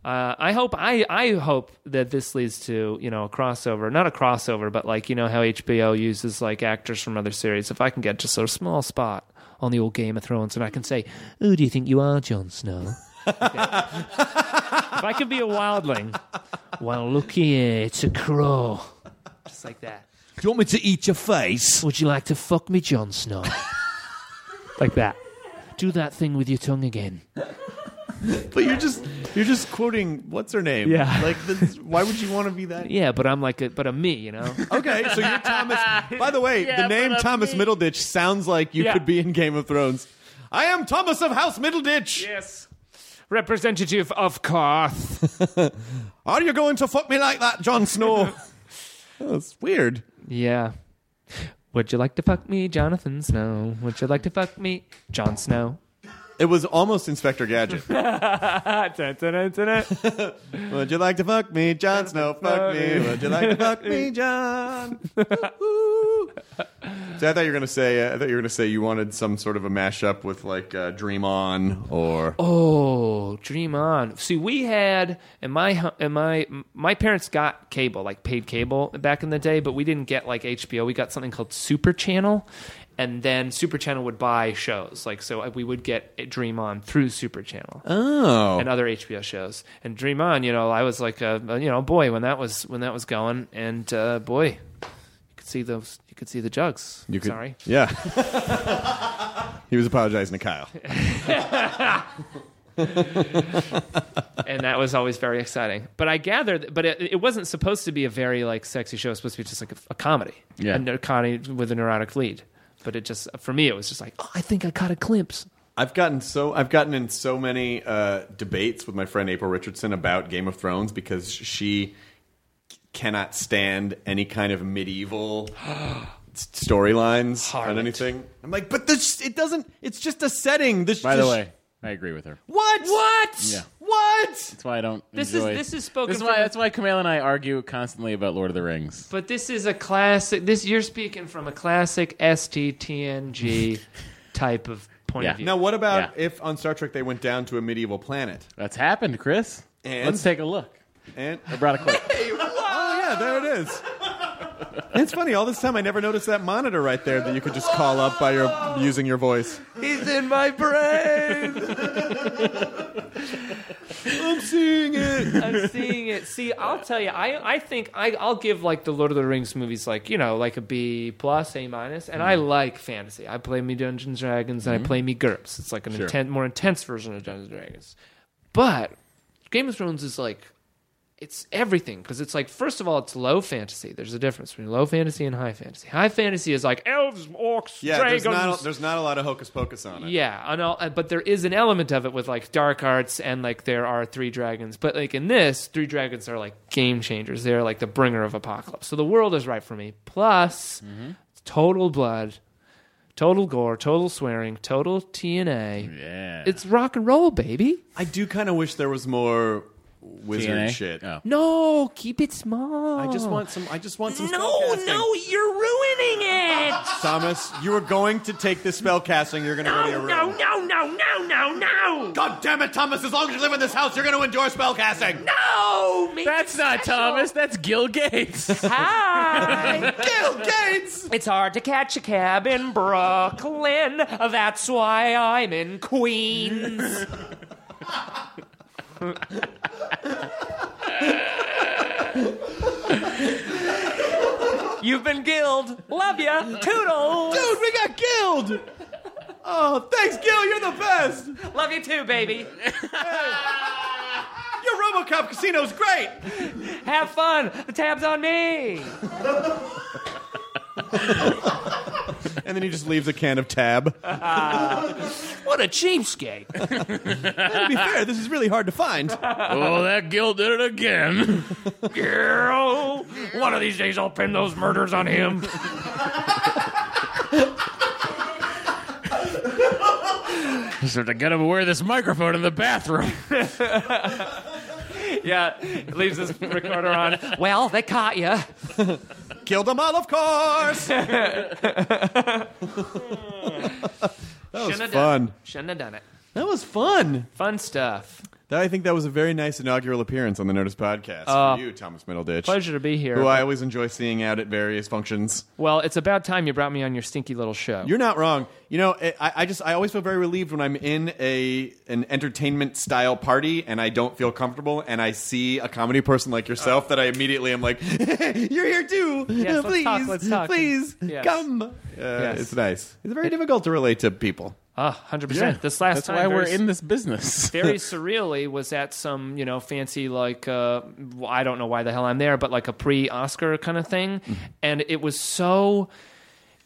G: Uh, I hope I I hope that this leads to you know a crossover, not a crossover, but like you know how HBO uses like actors from other series. If I can get just a small spot on the old Game of Thrones, and I can say, "Who do you think you are, Jon Snow?" Yeah. if I could be a wildling, well, look here, it's a crow, just like that.
B: Do you want me to eat your face?
G: Would you like to fuck me, Jon Snow? like that. Do that thing with your tongue again.
B: But you're just you're just quoting what's her name.
G: Yeah.
B: Like, this, why would you want to be that?
G: Yeah, but I'm like a but a me, you know.
B: Okay, so you're Thomas. By the way,
G: Yeah,
B: the name
G: but I'm
B: Thomas
G: me.
B: Middleditch sounds like you
G: Yeah.
B: could be in Game of Thrones. I am Thomas of House Middleditch.
G: yes. Representative of Carth.
B: Are you going to fuck me like that, Jon Snow? Oh, That's weird.
G: Yeah. Would you like to fuck me, Jonathan Snow? Would you like to fuck me, Jon Snow?
B: It was almost Inspector Gadget. Would you like to fuck me, Jon Snow? Fuck me. Would you like to fuck me, Jon? Ooh. So I thought you were gonna say. Uh, I thought you were gonna say you wanted some sort of a mashup with like uh, Dream On or.
G: Oh, dream on. See, we had and my hu- and my my parents got cable, like paid cable back in the day, but we didn't get like HBO. We got something called Super Channel, and then Super Channel would buy shows. Like so, uh, we would get eh, Dream On through Super Channel.
B: Oh.
G: and other HBO shows. And Dream On, you know, I was like a a, you know boy when that was when that was going, and uh, boy, you could see those, you could see the jugs.
B: You could-
G: Sorry,
B: Yeah. he was apologizing to Kyle.
G: and that was always very exciting. But I gather, that, but it, it wasn't supposed to be a very like sexy show. It was supposed to be just like a, a comedy,
F: Yeah.
G: a ner- comedy with a neurotic lead. But it just for me, it was just like, oh, I think I caught a glimpse.
B: I've gotten so I've gotten in so many uh, debates with my friend April Richardson about Game of Thrones because she cannot stand any kind of medieval s- storylines on
G: Harlot.
B: anything. I'm like, but this it doesn't. It's just a setting. This
F: By the
B: just-
F: way, I agree with her.
B: what what
F: Yeah.
B: what?
F: That's why I don't.
G: This is-
F: enjoy-
G: this is spoken
F: This is why,
G: from-
F: that's why Camille and I argue constantly about Lord of the Rings.
G: But this is a classic. This you're speaking from a classic STTNG type of point of view.
B: Now, what about if on Star Trek they went down to a medieval planet?
F: That's happened, Chris.
B: And?
F: Let's take a look.
B: And
F: I brought a clip.
B: oh yeah, there it is. It's funny. All this time, I never noticed that monitor right there that you could just call up by your using your voice.
G: He's in my brain.
B: I'm seeing it.
G: I'm seeing it. See, I'll tell you, I I think I I'll give like the Lord of the Rings movies like you know like a B plus A minus, and I
B: Mm-hmm.
G: like fantasy. I play me Dungeons and Dragons and I play me GURPS. It's like an
F: Sure.
G: inten- more intense version of Dungeons and Dragons, but Game of Thrones is like it's everything because it's like first of all it's low fantasy. There's a difference between low fantasy and high fantasy. High fantasy is like elves, orcs,
B: Yeah,
G: dragons.
B: there's not, there's not a lot of hocus pocus on it.
G: Yeah, on all, uh, but there is an element of it with like dark arts and like there are three dragons. But like in this, three dragons are like game changers. They're like the bringer of apocalypse. So the world is right for me. Plus, total blood, total gore, total swearing, total TNA.
F: Yeah.
G: It's rock and roll, baby.
B: I do kind of wish there was more wizard
F: TNA?
B: shit.
F: Oh.
G: No, keep it small.
B: I just want some. I just want some.
E: Oh. No,
B: spellcasting.
E: no, you're ruining it.
B: Thomas, you were going to take this spell casting. You're going to go to your
E: No,
B: room.
E: no, no, no, no, no, no.
B: God damn it, Thomas! As long as you live in this house, you're going to endure spell casting.
E: No, make
F: That's
E: it
F: not
E: special.
F: Thomas. That's Gil Gates.
G: Hi.
B: Bill Gates.
G: It's hard to catch a cab in Brooklyn. That's why I'm in Queens. You've been gilled. Love ya. Toodles.
B: Dude, we got killed. Oh, thanks, Gil. You're the best.
G: Love you too, baby.
B: Your RoboCop casino's great.
G: Have fun. The tab's on me.
B: And then he just leaves a can of tab.
G: What a cheapskate.
B: to be fair, this is really hard to find.
F: oh, that Gil did it again.
E: Girl, Oh, one of these days I'll pin those murders on him.
F: so I gotta wear this microphone in the bathroom.
G: yeah, leaves his recorder on. Well, they caught ya.
B: Killed them all, of course. that was
G: Shouldn't have done
B: fun.
G: it. Shouldn't have done it.
B: That was fun.
G: Fun stuff.
B: That, I think that was a very nice inaugural appearance on the Notice podcast for you, Thomas Middleditch.
G: Uh, Pleasure to be here.
B: Who I always enjoy seeing out at various functions.
G: Well, it's about time you brought me on your stinky little show.
B: You're not wrong. You know, I, I just I always feel very relieved when I'm in a an entertainment style party and I don't feel comfortable and I see a comedy person like yourself that I immediately am like, you're here too.
G: Yes, let's
B: please,
G: talk, let's talk."
B: please
G: Yes.
B: come. Uh, It's nice. It's very difficult to relate to people.
G: Ah, hundred percent. This last
F: That's
G: time,
F: why
G: very
F: we're
G: s-
F: in this business.
G: very surreally was at some you know fancy like uh, well, I don't know why the hell I'm there, but like a pre-Oscar kind of thing,
F: Mm-hmm.
G: and it was so.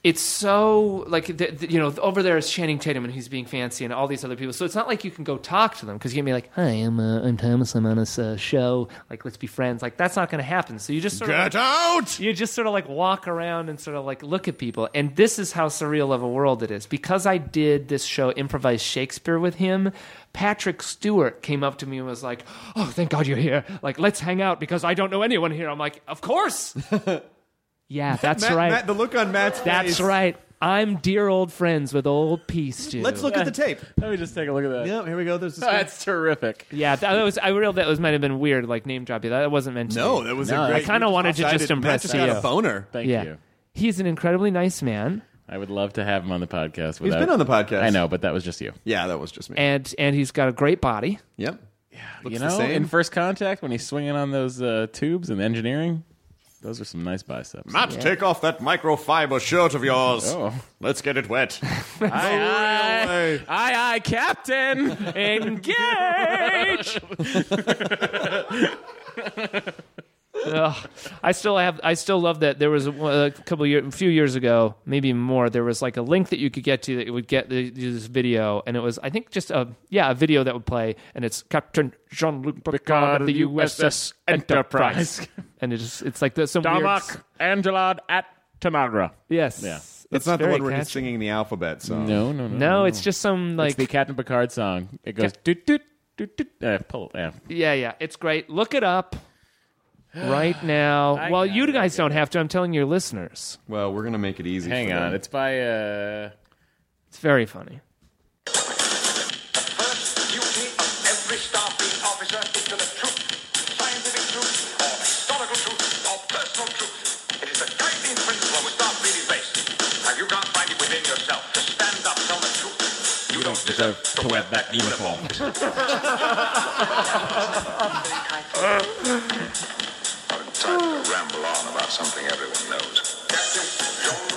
G: It's so like th th- you know over there is Channing Tatum and he's being fancy and all these other people. So it's not like you can go talk to them because you can be like, "Hi, I'm uh, I'm Thomas. I'm on this uh, show. Like, let's be friends." Like that's not going to happen. So you just sort of
B: Get out!
G: you just sort of like walk around and sort of like look at people and this is how surreal of a world it is because i did this show improvised shakespeare with him patrick stewart came up to me and was like oh thank god you're here like let's hang out because i don't know anyone here i'm like of course yeah that's
B: Matt,
G: right
B: Matt, the look on Matt's face.
G: that's right i'm dear old friends with old peace dude
B: Let's look at the tape.
F: Let me just take a look at that.
B: Yeah, here we go. There's this
F: That's terrific.
G: yeah that was i realized that was might have been weird like name drop you that wasn't meant to
B: No,
G: be.
B: that was
F: No,
B: a
F: I
B: great.
G: kinda
B: you
G: wanted to
B: decided-
G: just
B: Matt
G: impress
B: just got
G: you.
B: a boner.
F: Thank
G: yeah
F: you.
G: he's an incredibly nice man
F: I would love to have him on the podcast.
B: He's
F: Without,
B: been on the podcast.
F: I know, but that was just you.
B: Yeah, that was just me.
G: and and he's got a great body
B: yep. Yeah,
F: you know, in first contact when he's swinging on those uh, tubes and engineering, those are some nice biceps.
B: Matt, take off that microfiber shirt of yours.
F: Oh.
B: Let's get it wet.
F: aye,
B: way.
F: aye, aye, aye, Captain.
G: Engage. Ugh. I still have. I still love that there was a, a couple years, a few years ago, maybe more. There was like a link that you could get to that would get the, this video, and it was I think just a yeah a video that would play, and it's Captain Jean Luc Picard of the USS Enterprise, and it's it's like there's some weird,
F: Darmok Angelad at Tanagra.
G: yes,
F: Yeah.
G: It's
B: That's not the
G: very
B: one where he's
G: catchy.
B: singing the alphabet song.
F: No, no, no.
G: No, it's just some like
F: it's the Captain Picard song. It goes doot doot doot doot. Uh, pull it. Yeah.
G: Yeah, yeah. It's great. Look it up right now. well,
F: got
G: you
F: it, I
G: guys don't have to. I'm telling your listeners.
B: Well, we're gonna make it easy.
F: Hang
B: for
F: on,
B: them.
F: it's by uh,
G: It's very funny.
B: You don't deserve to wear that uniform.
I: Time to ramble on about something everyone knows.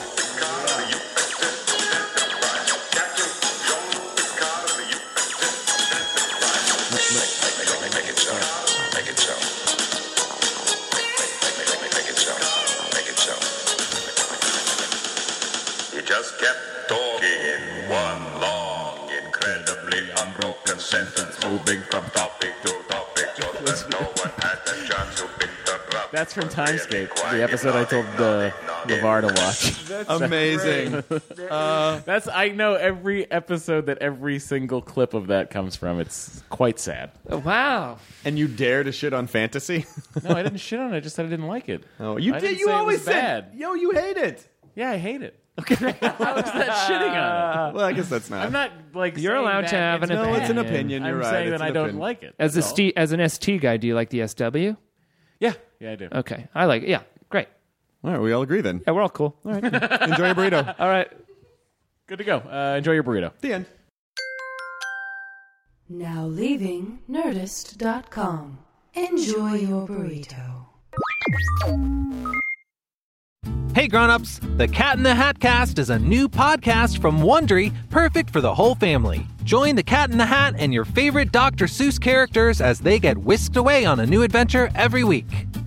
I: You just kept talking in one long, incredibly unbroken sentence, moving from topic to topic, just that no one had the chance to pick the up.
J: That's from Timescape, the episode I told uh, LeVar to watch.
K: That's Amazing. great.
J: That's I know every episode that every single clip of that comes from. It's quite sad.
G: Wow.
K: And you dare to shit on fantasy?
J: No, I didn't shit on it. I just said I didn't like it.
K: Oh, you
J: I
K: did.
J: didn't
K: You
J: say it
K: always
J: was
K: said, "Yo, you hate it."
J: Yeah, I hate it. Okay, how is that shitting on it?
K: Well, I guess that's not.
J: I'm not like
G: You're
J: saying
G: allowed
J: that
G: to have an
J: bad.
G: opinion. No, it's an opinion,
J: I'm
G: you're right,
J: saying
G: it's
J: that I
G: an
J: don't
G: opinion.
J: like it.
G: As a
J: that's all.
G: st- as an ST guy, do you like the SW?
J: yeah, yeah, I do.
G: Okay, I like it. Yeah, great.
K: All right, we all agree then.
G: Yeah, we're all cool.
K: All right, enjoy your burrito.
G: All right,
J: Good to go. Uh, enjoy your burrito.
K: the end.
L: Now leaving Nerdist.com. Enjoy your burrito.
F: Hey grown-ups, The Cat in the Hat Cast is a new podcast from Wondery, perfect for the whole family. Join The Cat in the Hat and your favorite Dr. Seuss characters as they get whisked away on a new adventure every week.